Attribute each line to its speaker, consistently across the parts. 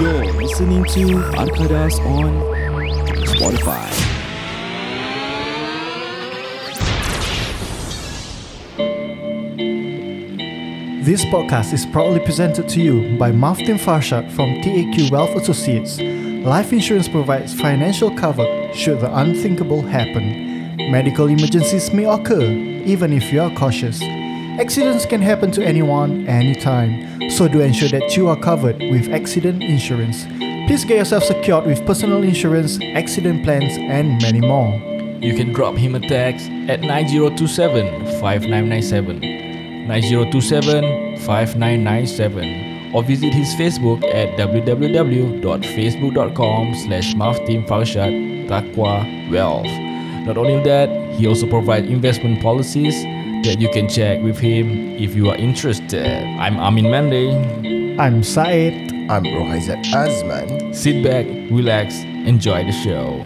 Speaker 1: You're listening to Arkadas on Spotify.
Speaker 2: This podcast is proudly presented to you by Maftin Farshad from TAQ Wealth Associates. Life insurance provides financial cover should the unthinkable happen. Medical emergencies may occur, even if you are cautious. Accidents can happen to anyone, anytime, so do ensure that you are covered with accident insurance. Please get yourself secured with personal insurance, accident plans, and many more.
Speaker 3: You can drop him a text at 9027 5997. 9027 5997. Or visit his Facebook at www.facebook.com slash mafteamfarshad Taqwa Wealth. Not only that, he also provides investment policies that you can check with him if you are interested. I'm Amin Mande.
Speaker 2: I'm Said.
Speaker 4: I'm Rohaizat Azman.
Speaker 3: Sit back, relax, enjoy the show.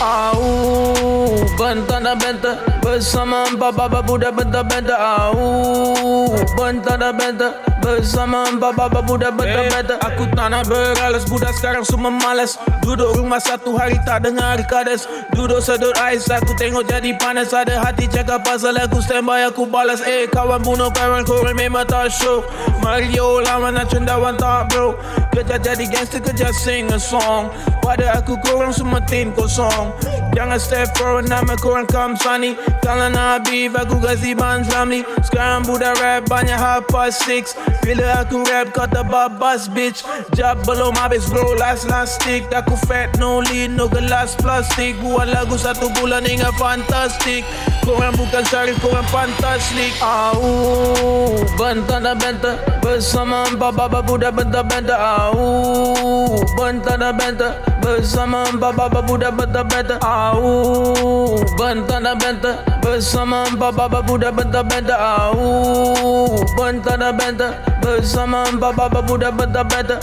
Speaker 5: Au Bantana benta Bersama empat baba budak benta benta Au Bantana benta Bersama empat baba budak benta benta Eh, Aku tak nak beralas Budak sekarang semua malas Duduk rumah satu hari tak dengar kades Duduk sedut ais Aku tengok jadi panas Ada hati cakap pasal aku standby Aku balas Eh kawan bunuh kawan korang memang tak show Mario lawan nak cendawan tak bro Kerja jadi gangster kerja sing a song Pada aku korang semua tim kosong Jangan step forward nama korang Kamsani Kalau nak beef aku kasi ban Zamli Sekarang budak rap banyak half past six Bila aku rap kau terbabas bitch Jab belum habis bro last last stick Aku fat no lead no gelas plastik Buat lagu satu bulan hingga fantastik Korang bukan syarif korang fantastik Au Bentar dan bentar Bersama empat baba budak bentar bentar Au Bentar dan bentar Bersama empat baba budak bentar bentar Au Bentar dan bentar Bersama empat baba budak bentar bentar Au Bentar dan bentar Bersama empat baba budak bentar bentar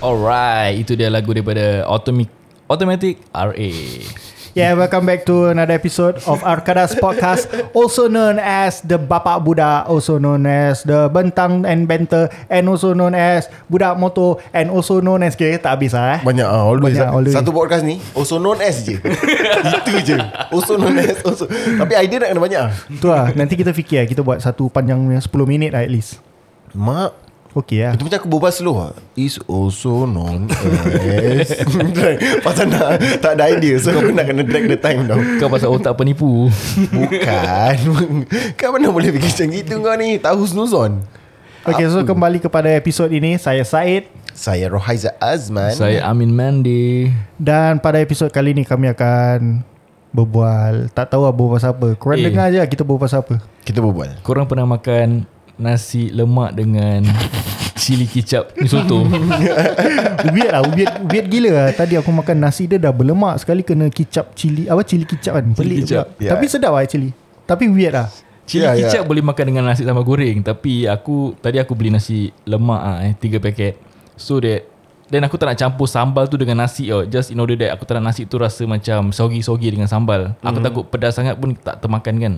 Speaker 3: Alright, itu dia lagu daripada Automic Automatic RA.
Speaker 2: Yeah, welcome back to another episode of Arkadas Podcast, also known as the Bapak Budak, also known as the Bentang and Benter, and also known as Budak Moto, and also known as kira tak habis lah eh.
Speaker 4: Banyak ah,
Speaker 2: Banyak,
Speaker 4: always. Banyak,
Speaker 2: always.
Speaker 4: always. Satu podcast ni also known as je. Itu je. Also known as also. Tapi idea nak kena banyak ah.
Speaker 2: Tu lah, nanti kita fikir lah, kita buat satu panjangnya 10 minit lah at least.
Speaker 4: Mak
Speaker 2: Okay lah.
Speaker 4: itu macam aku berbual slow ah. Is also known as Pasal nak Tak ada idea So aku nak kena drag the time tau
Speaker 3: Kau pasal otak penipu.
Speaker 4: Bukan Kau mana boleh fikir macam gitu kau ni Tahu snuzon
Speaker 2: Okay, so kembali kepada episod ini, saya Said.
Speaker 4: Saya Rohaizat Azman
Speaker 3: Saya Amin Mandi.
Speaker 2: Dan pada episod kali ni kami akan berbual. Tak tahu lah berbual pasal apa. Korang
Speaker 3: Eh.
Speaker 2: dengar je lah kita berbual pasal apa.
Speaker 4: Kita berbual
Speaker 3: Korang pernah makan nasi lemak dengan cili kicap ni soto?
Speaker 2: Weird lah weird, weird gila lah Tadi aku makan nasi dia dah berlemak Sekali kena kicap cili Apa cili kicap kan Pelik
Speaker 3: kicap.
Speaker 2: pula. Tapi
Speaker 4: Yeah.
Speaker 2: sedap lah actually Tapi weird lah
Speaker 3: Cili yeah,
Speaker 4: Ya, ya.
Speaker 3: kicap boleh makan dengan nasi sambal goreng tapi aku tadi aku beli nasi lemak ah eh 3 paket. So that then aku tak nak campur sambal tu dengan nasi oh. Just in order that aku tak nak nasi tu rasa macam sogi-sogi dengan sambal. Aku
Speaker 4: Hmm.
Speaker 3: takut pedas sangat pun tak termakan kan.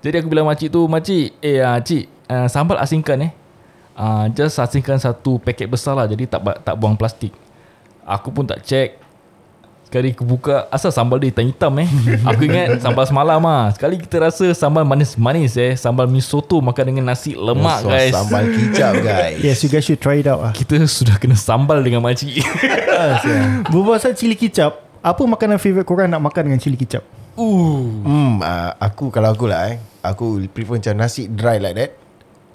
Speaker 3: Jadi aku bilang makcik tu, makcik, eh uh, cik, uh, sambal asingkan eh. Uh, just asingkan satu paket besar lah jadi tak ba- tak buang plastik. Aku pun tak check Sekali aku buka Asal sambal dia hitam-hitam eh Aku ingat sambal semalam ah. Sekali kita rasa sambal manis-manis eh Sambal mi soto makan dengan nasi lemak
Speaker 4: Sos
Speaker 3: guys
Speaker 4: Sambal kicap guys
Speaker 2: Yes you guys should try it out lah
Speaker 3: Kita sudah kena sambal dengan makcik
Speaker 2: Berbual pasal cili kicap Apa makanan favourite korang nak makan dengan cili kicap
Speaker 4: Hmm, uh, aku kalau aku lah eh, aku prefer macam nasi dry like that.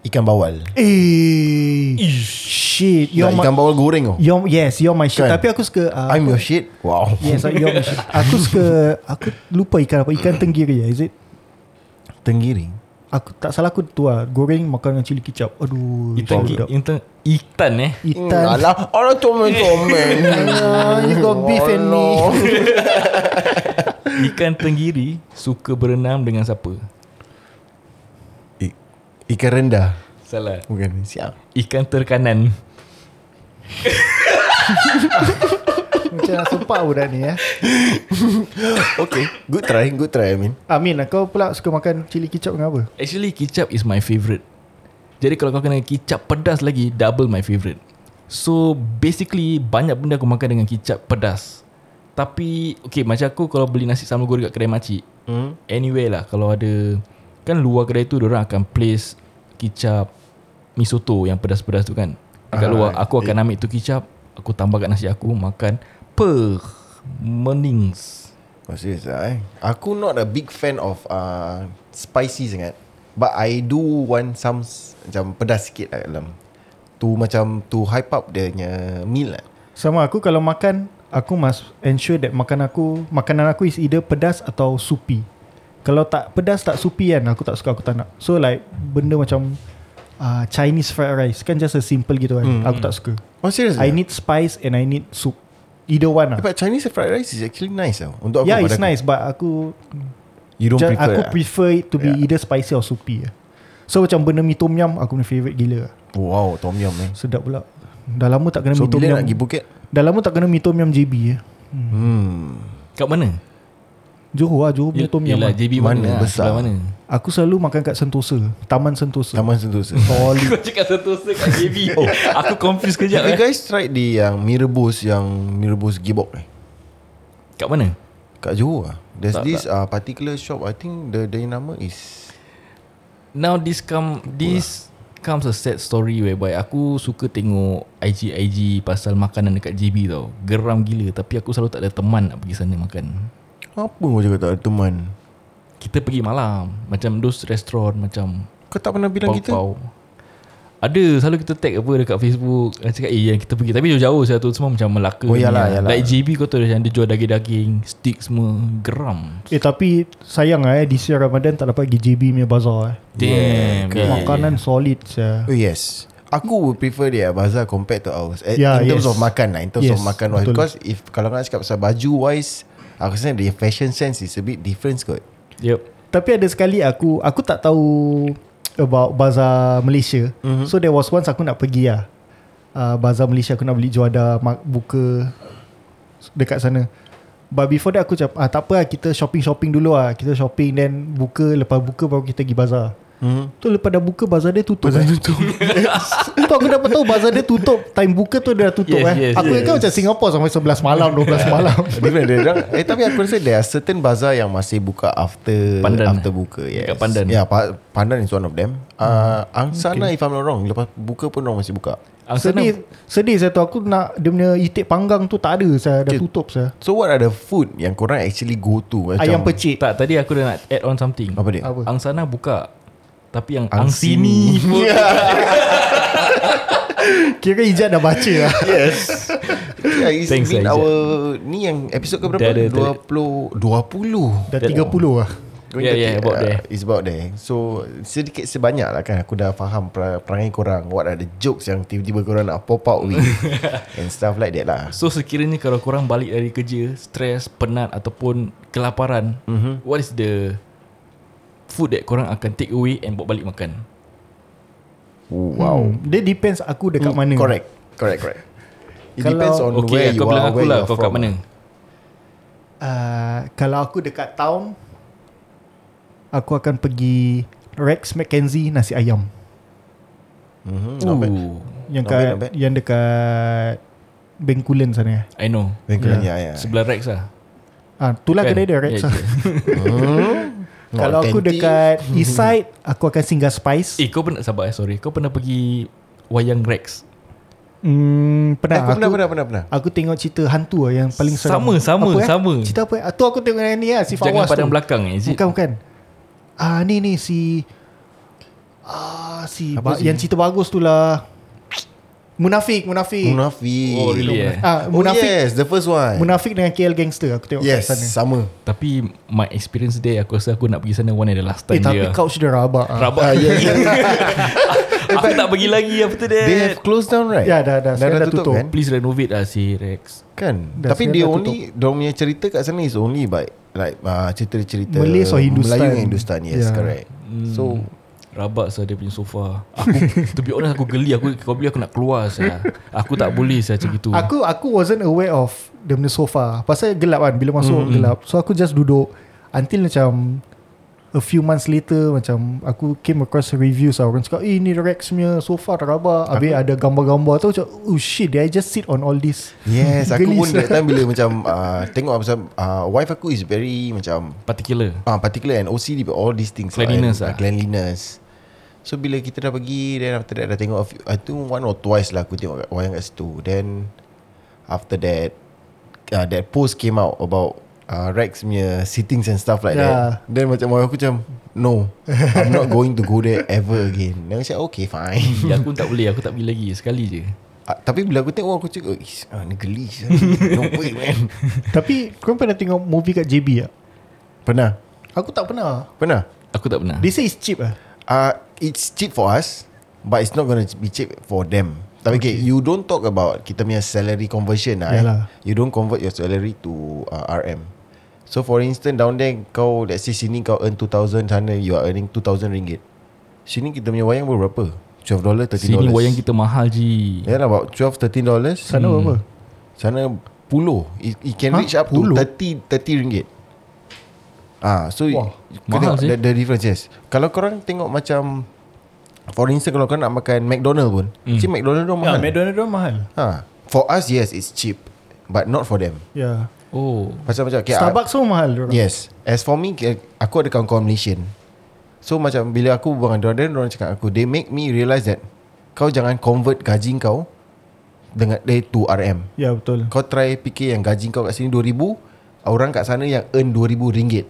Speaker 4: Ikan bawal.
Speaker 2: Eh Shit
Speaker 4: Yo,
Speaker 2: You're my
Speaker 4: ikan bawal goreng oh.
Speaker 2: you're, Yes you're my shit
Speaker 4: Kan?
Speaker 2: Tapi aku suka uh,
Speaker 4: I'm your shit. Wow.
Speaker 2: Yes you're my shit Aku suka Aku lupa ikan apa Ikan tenggiri ya is it
Speaker 4: Tenggiring.
Speaker 2: Aku tak salah aku tu lah Goreng makan dengan cili kicap Aduh
Speaker 3: Ikan,
Speaker 2: sedap.
Speaker 3: ikan, ikan eh
Speaker 2: Ikan
Speaker 4: Hmm, alah, alah tomen tomen.
Speaker 2: You got beef and me.
Speaker 3: Ikan tenggiri Suka berenam dengan siapa?
Speaker 4: Ik- Ikan rendah
Speaker 3: Salah
Speaker 4: Bukan Siap
Speaker 3: Ikan terkanan
Speaker 2: Macam nak sepak budak ni ya.
Speaker 4: Okay Good try Good try I mean
Speaker 2: Amin lah kau pula suka makan cili kicap dengan apa?
Speaker 3: Actually kicap is my favourite Jadi kalau kau kena kicap pedas lagi Double my favourite So basically Banyak benda aku makan dengan kicap pedas Tapi Okay macam aku Kalau beli nasi sambal goreng kat kedai makcik hmm? Anyway lah Kalau ada Kan luar kedai tu Diorang akan place Kicap Misoto yang pedas-pedas tu kan Dekat
Speaker 4: Ah,
Speaker 3: luar Aku
Speaker 4: eh.
Speaker 3: akan ambil tu kicap Aku tambah kat nasi aku Makan Per Menings
Speaker 4: Oh serious lah eh Aku not a big fan of uh, Spicy sangat But I do want some s- Macam pedas sikit lah dalam To macam To hype up dia punya meal lah
Speaker 2: Sama aku kalau makan Aku must ensure that makan aku Makanan aku is either pedas atau supi Kalau tak pedas tak supi kan Aku tak suka aku tak nak So like benda macam uh, Chinese fried rice Kan just a simple gitu kan Aku tak suka
Speaker 4: Oh serious
Speaker 2: I need spice and I need soup Either one lah
Speaker 4: But Chinese fried rice is actually nice tau Untuk aku
Speaker 2: Yeah
Speaker 4: pada
Speaker 2: it's
Speaker 4: aku.
Speaker 2: nice but aku
Speaker 4: You don't
Speaker 2: ja-
Speaker 4: prefer
Speaker 2: Aku
Speaker 4: lah.
Speaker 2: prefer it to be
Speaker 4: Yeah.
Speaker 2: either spicy or soupy lah. So macam benda mi tom yum Aku punya favourite gila lah.
Speaker 4: Wow tom yum eh
Speaker 2: Sedap pula Dah lama tak kena mi
Speaker 4: So
Speaker 2: tom
Speaker 4: Kan bila
Speaker 2: yum
Speaker 4: nak pergi Phuket
Speaker 2: Dah lama tak kena mi tom yum JB ya.
Speaker 3: Kat mana?
Speaker 2: Johor lah Johor punya tom yum lah.
Speaker 3: Yelah JB
Speaker 4: Mana
Speaker 3: mana, lah,
Speaker 4: besar?
Speaker 3: sebelah Mana?
Speaker 2: Aku selalu makan kat Sentosa Taman Sentosa
Speaker 4: Taman Sentosa
Speaker 2: Solid
Speaker 3: Kau cakap Sentosa kat JB oh. Aku confused kejap
Speaker 4: Have you
Speaker 3: eh.
Speaker 4: guys tried the yang Mee rebus Yang Mee rebus gibok eh
Speaker 3: Kat mana?
Speaker 4: Kat Johor lah There's
Speaker 3: Tak,
Speaker 4: this uh, particular shop I think the their nama is
Speaker 3: Now this come This comes a sad story whereby aku suka tengok IG-IG pasal makanan dekat JB tau. Geram gila tapi aku selalu tak ada teman nak pergi sana makan.
Speaker 4: Apa kau cakap tak ada teman
Speaker 3: Kita pergi malam macam those restoran macam
Speaker 4: Kau tak pernah bilang kita
Speaker 3: pau-pau. Ada selalu kita tag apa dekat Facebook Dia cakap eh yang kita pergi Tapi jauh-jauh saya tu semua macam Melaka
Speaker 4: Oh,
Speaker 3: ni
Speaker 4: yalah,
Speaker 3: lah.
Speaker 4: yalah.
Speaker 3: Like JB kau tahu yang dia jual daging-daging Stick semua Geram
Speaker 2: Eh tapi sayang lah eh This year Ramadan tak dapat pergi JB punya bazaar eh
Speaker 3: Damn
Speaker 4: kan.
Speaker 3: yeah,
Speaker 2: Makanan solid saya.
Speaker 4: Oh yes Aku would prefer their bazaar compared to ours At, yeah,
Speaker 2: Yeah,
Speaker 4: In terms
Speaker 2: yes.
Speaker 4: of makan lah In terms yes,
Speaker 2: Yes,
Speaker 4: of makan wise
Speaker 2: betul.
Speaker 4: Because if Kalau nak cakap pasal baju wise Aku rasa the fashion sense Is a bit different kot
Speaker 3: Yep
Speaker 2: Tapi ada sekali aku Aku tak tahu About bazaar Malaysia
Speaker 3: Mhm.
Speaker 2: mm-hmm. So there was once aku nak pergi lah uh, Bazaar Malaysia aku nak beli juada mak- Buka Dekat sana But before that aku cakap ah, Tak apa lah kita shopping-shopping dulu lah Kita shopping then buka Lepas buka baru kita pergi bazaar
Speaker 3: Mhm.
Speaker 2: Mm-hmm. Tu lepas dah buka Bazar dia tutup Bazar eh. tutup Tu aku dapat tahu Bazar dia tutup Time buka tu dia dah tutup
Speaker 3: Yes,
Speaker 2: eh.
Speaker 3: yes,
Speaker 2: Aku
Speaker 3: yes.
Speaker 2: ingat macam Singapore Sampai 11 malam 12 malam
Speaker 4: Different dia orang Eh tapi aku rasa There are certain bazaar Yang masih buka after
Speaker 3: Pandan.
Speaker 4: After buka yes.
Speaker 3: Dekat Pandan.
Speaker 4: Yeah pa- Pandan is one of them uh, Angsana okay. if I'm not wrong Lepas buka pun orang masih buka
Speaker 2: Sedih Sedih saya tu Aku nak Dia punya itik panggang tu Tak ada saya Dah tutup saya
Speaker 4: So what are the food Yang korang actually go to eh, Macam,
Speaker 2: Ayam pecik
Speaker 3: Tak tadi aku dah nak add on something
Speaker 4: Apa dia
Speaker 2: Apa?
Speaker 3: Angsana buka Tapi yang
Speaker 4: Ang
Speaker 3: Angsini
Speaker 4: sini.
Speaker 3: pun
Speaker 2: Kira Ijat dah baca lah
Speaker 4: Yes yeah, it's
Speaker 3: Thanks,
Speaker 4: been
Speaker 3: Aizat.
Speaker 4: our Ni yang episod ke
Speaker 3: Dah ada,
Speaker 4: berapa?
Speaker 3: dah ada.
Speaker 4: 20 20
Speaker 2: Dah 30 lah
Speaker 4: Going
Speaker 3: Yeah,
Speaker 4: to
Speaker 3: yeah,
Speaker 4: take,
Speaker 3: about
Speaker 4: uh,
Speaker 3: there.
Speaker 4: It's about there So sedikit sebanyak lah kan Aku dah faham per- perangai korang What are the jokes yang tiba-tiba korang nak pop out with And stuff like that lah
Speaker 3: So sekiranya kalau korang balik dari kerja Stress, penat ataupun kelaparan
Speaker 4: Mhm.
Speaker 3: mm-hmm. What is the Food that korang akan take away And bawa balik makan
Speaker 4: Wow
Speaker 2: hmm. Dia depends aku dekat mana
Speaker 4: Oh. Mm, Correct Correct correct It
Speaker 2: Kalau-
Speaker 4: depends on where
Speaker 3: Okay
Speaker 4: you
Speaker 3: kau bilang
Speaker 4: are
Speaker 3: aku
Speaker 4: where
Speaker 3: lah
Speaker 4: you are
Speaker 3: Kau kat
Speaker 4: from.
Speaker 3: mana
Speaker 2: uh, Kalau aku dekat town Aku akan pergi Rex McKenzie Nasi ayam
Speaker 4: Mhm, Not bad
Speaker 3: Ooh,
Speaker 2: Yang
Speaker 4: Not bad,
Speaker 2: kat
Speaker 4: not bad.
Speaker 2: Yang dekat Bengkulen sana eh.
Speaker 3: I know
Speaker 4: Thank yeah. yeah.
Speaker 3: Sebelah Rex lah
Speaker 2: Ah, Itulah
Speaker 3: Kan?
Speaker 2: kedai dia Rex
Speaker 3: Ya,
Speaker 2: lah.
Speaker 4: Not
Speaker 2: Kalau aku
Speaker 4: authentic.
Speaker 2: dekat East Side Aku akan singgah Spice
Speaker 3: Eh kau pernah Sabar eh sorry Kau pernah pergi Wayang Rex
Speaker 2: hmm,
Speaker 4: Eh,
Speaker 2: Pernah
Speaker 4: Aku pernah
Speaker 2: aku,
Speaker 4: pernah pernah pernah
Speaker 2: Aku tengok cerita hantu lah yang paling seram.
Speaker 3: Sama, sama,
Speaker 2: apa, eh?
Speaker 3: sama.
Speaker 2: Cerita apa? Eh? Tu aku tengok yang ni lah, si
Speaker 3: Jangan
Speaker 2: Fawaz
Speaker 3: padang
Speaker 2: tu.
Speaker 3: belakang eh, is it?
Speaker 2: Bukan, bukan. Ah, ni ni si... Ah, si...
Speaker 4: Apa
Speaker 2: Ba-
Speaker 4: si?
Speaker 2: yang cerita bagus tu lah. Munafik, Munafik.
Speaker 4: Munafi
Speaker 3: Oh, really, eh?
Speaker 2: Ah,
Speaker 4: Oh
Speaker 2: Munafik.
Speaker 4: yes The first one
Speaker 2: Munafik dengan KL Gangster aku tengok
Speaker 4: Yes
Speaker 2: kat sana.
Speaker 4: Sama
Speaker 3: Tapi my experience there Aku rasa aku nak pergi sana One and the last
Speaker 2: Eh,
Speaker 3: time
Speaker 2: tapi
Speaker 3: dia
Speaker 2: couch dia rabak. ah.
Speaker 3: Rabak
Speaker 4: Ah, yes.
Speaker 3: Aku tak pergi lagi After that
Speaker 4: They have closed down right
Speaker 2: Ya, dah, dah. Sekarang dah tutup.
Speaker 4: kan
Speaker 3: Please renovate lah si Rex
Speaker 4: Kan
Speaker 2: Dah, sekarang
Speaker 4: Tapi dia
Speaker 2: dah
Speaker 4: only Diorang punya cerita kat sana Is only by Like uh, cerita-cerita
Speaker 2: Malays or Hindustan.
Speaker 4: Ya. Melayu dan Hindustan Yes
Speaker 3: Hmm.
Speaker 2: Yeah.
Speaker 4: correct So
Speaker 3: Rabak sah dia punya sofa Aku To be honest aku geli aku, Kau beli aku nak keluar sah Aku tak boleh sah macam itu
Speaker 2: Aku aku wasn't aware of the benda sofa. Pasal gelap kan bila masuk mm-hmm. gelap. So aku just duduk until macam a few months later macam aku came across reviews lah. Orang cakap, "Eh ni Rex punya sofa terabak." Habis ada gambar-gambar tu macam, "Oh shit, did I just sit on all this?"
Speaker 4: Yes Aku
Speaker 2: Gelis.
Speaker 4: pun that time bila macam uh, Tengok macam uh, Wife aku is very Macam
Speaker 3: Particular
Speaker 4: uh, Particular and OCD But all these things lah,
Speaker 3: Cleanliness
Speaker 4: and,
Speaker 3: lah.
Speaker 4: uh, Cleanliness So bila kita dah pergi Then after that Dah tengok a few, I think one or twice lah Aku tengok kat wayang kat situ Then After that uh, That post came out About uh, Rex punya Sittings and stuff like
Speaker 2: Yeah.
Speaker 4: that Then macam wife aku macam No I'm not going to go there ever again Then aku cakap okay fine
Speaker 3: Ya, aku tak boleh Aku tak boleh lagi Sekali je
Speaker 4: Ah, tapi bila aku tengok aku cakap Ish, ah, ni gelis ah. No way man
Speaker 2: Tapi kau pernah tengok movie kat JB tak?
Speaker 4: Pernah
Speaker 2: Aku tak pernah.
Speaker 4: Pernah
Speaker 3: Aku tak pernah
Speaker 2: They say it's cheap ah.
Speaker 4: uh, It's cheap for us But it's not going to be cheap for them Tapi okay. okay, you don't talk about Kita punya salary conversion lah eh.
Speaker 2: Yalah.
Speaker 4: You don't convert your salary to uh, RM So for instance down there Kau let's say sini kau earn 2,000 Sana you are earning 2,000 ringgit Sini kita punya wayang berapa? $12, $13
Speaker 3: Sini wayang kita mahal je
Speaker 4: Yeah, about 12, 13 dollars
Speaker 2: Sana hmm. berapa?
Speaker 4: Sana puluh It, it
Speaker 2: Ha?
Speaker 4: can reach up
Speaker 2: Puluh?
Speaker 4: to 30 30 ringgit Ah, so
Speaker 2: Wah,
Speaker 4: Wah,
Speaker 3: mahal
Speaker 4: kau tengok
Speaker 3: sih.
Speaker 4: the, the difference yes. Kalau korang tengok macam For instance kalau korang nak makan McDonald pun mm. Cik McDonald
Speaker 2: Ya,
Speaker 4: tu mahal
Speaker 2: McDonald's tu mahal.
Speaker 4: ha. For us yes it's cheap But not for them
Speaker 2: Ya. Yeah.
Speaker 3: Oh
Speaker 4: Pasal macam okay, I-
Speaker 2: Starbucks pun mahal. dorang.
Speaker 4: Yes As for me ke- Aku ada kawan-kawan Malaysian So macam bila aku berbual dengan dia Dia cakap aku They make me realise that Kau jangan convert gaji kau Dengan Day to RM
Speaker 2: Ya yeah, betul.
Speaker 4: kau try fikir yang gaji kau kat sini 2000 orang kat sana yang earn 2000 ringgit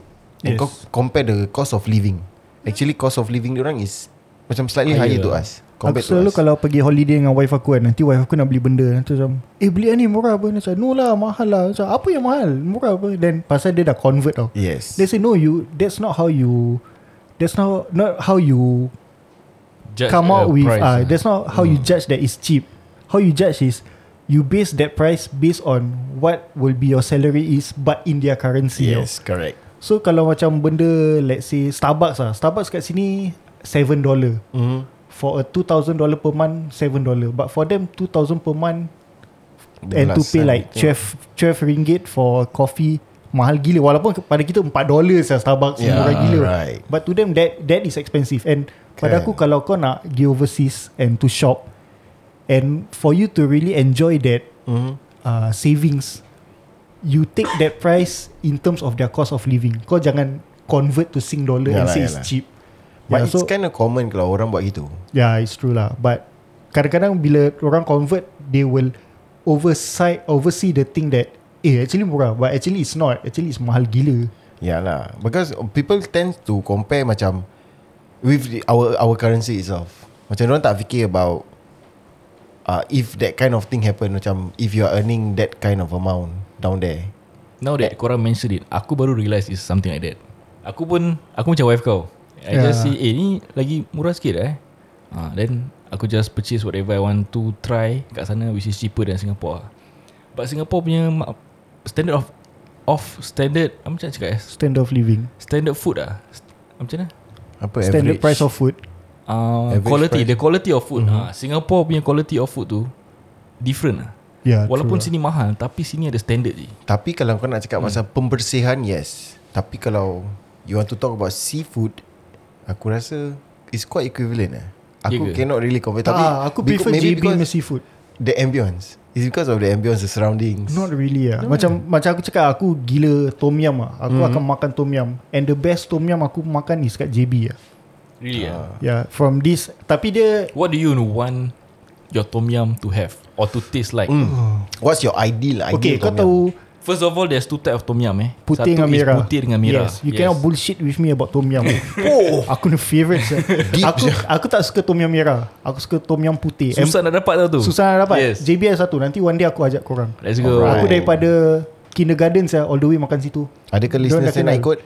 Speaker 2: Yes.
Speaker 4: and yes. kau compare the cost of living actually cost of living orang is macam slightly higher, higher to
Speaker 3: lah.
Speaker 4: us
Speaker 2: Compared
Speaker 4: compared
Speaker 2: aku selalu
Speaker 4: to us
Speaker 2: kalau pergi holiday dengan wife aku kan Nanti wife aku nak beli benda Nanti macam Eh beli ni murah apa Dia Macam no lah mahal lah macam, Apa yang mahal Murah apa Then pasal dia dah convert tau
Speaker 4: yes
Speaker 2: They say no you That's not how you That's not not how you
Speaker 3: Judge
Speaker 2: Come out
Speaker 3: the
Speaker 2: with
Speaker 3: price,
Speaker 2: uh,
Speaker 3: ah.
Speaker 2: That's not how you judge that is cheap How you judge is You base that price Based on What will be your salary is But in their currency tau.
Speaker 4: yes correct
Speaker 2: So kalau macam benda Let's say Starbucks lah Starbucks kat sini $7
Speaker 4: mm.
Speaker 2: for a two thousand dollar per month, seven dollar. But for them, two thousand per month, and to pay like 12, 12 ringgit for coffee mahal gila. Walaupun ke- pada kita empat dollar sah Starbucks yeah,
Speaker 4: Yeah,
Speaker 2: murah gila.
Speaker 4: right.
Speaker 2: But to them that that is expensive. And pada
Speaker 4: Kan.
Speaker 2: aku kalau kau nak pergi overseas and to shop, and for you to really enjoy that
Speaker 4: mm.
Speaker 2: uh, savings, you take that price in terms of their cost of living. Kau jangan convert to sing dollar and
Speaker 4: Yalah,
Speaker 2: say it's
Speaker 4: yalah.
Speaker 2: cheap. Yeah,
Speaker 4: but it's kind of common kalau orang buat gitu
Speaker 2: Yeah, Ya, it's true lah. But kadang-kadang bila orang convert, they will oversight, oversee the thing that eh actually murah, but actually it's not. Actually it's mahal gila.
Speaker 4: Yalah Because people tend to compare macam With the, our our currency itself Macam orang tak fikir about uh, If that kind of thing happen Macam if you are earning that kind of amount Down there
Speaker 3: Now that korang mention it Aku baru realise It's something like that Aku pun Aku macam wife kau I yeah. just
Speaker 2: Yeah.
Speaker 3: say Eh ni lagi murah sikit lah eh ha, Then Aku just purchase whatever I want to try Kat sana Which is cheaper than Singapore lah. But Singapore punya ma- Standard of Of standard ah, Macam mana cakap eh
Speaker 2: Standard of living,
Speaker 3: Standard food lah St- Macam mana
Speaker 4: Apa
Speaker 2: standard
Speaker 4: average?
Speaker 2: price of food.
Speaker 3: uh,
Speaker 4: Average
Speaker 3: Quality
Speaker 4: price.
Speaker 3: The quality of food mm-hmm. ha, Singapore punya quality of food tu Different lah
Speaker 2: Yeah,
Speaker 3: Walaupun
Speaker 2: true lah.
Speaker 3: sini mahal Tapi sini ada standard je
Speaker 4: Tapi kalau kau nak cakap hmm. pasal pembersihan Yes Tapi kalau You want to talk about seafood Aku rasa It's quite equivalent lah
Speaker 3: Ya
Speaker 4: Aku
Speaker 3: ke?
Speaker 4: cannot really compare
Speaker 2: tak,
Speaker 4: Tapi
Speaker 2: ah, aku
Speaker 4: beca-
Speaker 2: prefer
Speaker 4: maybe
Speaker 2: JB punya
Speaker 4: because
Speaker 2: seafood.
Speaker 4: The ambience It's because of the ambience The surroundings
Speaker 2: Not really lah. Macam macam aku cakap aku gila tom yum ah. Aku akan makan tom yum. And the best tom yum aku makan is kat JB ah.
Speaker 3: Really ah.
Speaker 2: Yeah, from this tapi dia
Speaker 3: What do you want your tom yum to have or to taste like? Mm.
Speaker 4: Hmm. What's your ideal ideal
Speaker 2: Ah. Okay, kau
Speaker 4: tom yum?
Speaker 2: tahu
Speaker 3: First of all, there's two type of tom yum eh.
Speaker 2: Putih dengan
Speaker 3: is
Speaker 2: merah
Speaker 3: Putih dengan merah.
Speaker 2: Yes You yes. cannot bullshit with me About tom yum
Speaker 4: Oh
Speaker 2: Aku ni favourite sir.
Speaker 4: Deep
Speaker 2: Aku aku tak suka tom yum merah Aku suka tom yum putih
Speaker 3: Susah nak dapat tau tu.
Speaker 2: Em- susah nak dapat
Speaker 3: Yes.
Speaker 2: JBL satu Nanti one day aku ajak korang
Speaker 3: Let's
Speaker 2: Aku
Speaker 3: go.
Speaker 4: Alright.
Speaker 2: daripada Kindergarten saya All the way makan situ Diorang
Speaker 4: Adakah listener
Speaker 2: dah
Speaker 4: saya nak
Speaker 2: kenal.
Speaker 4: ikut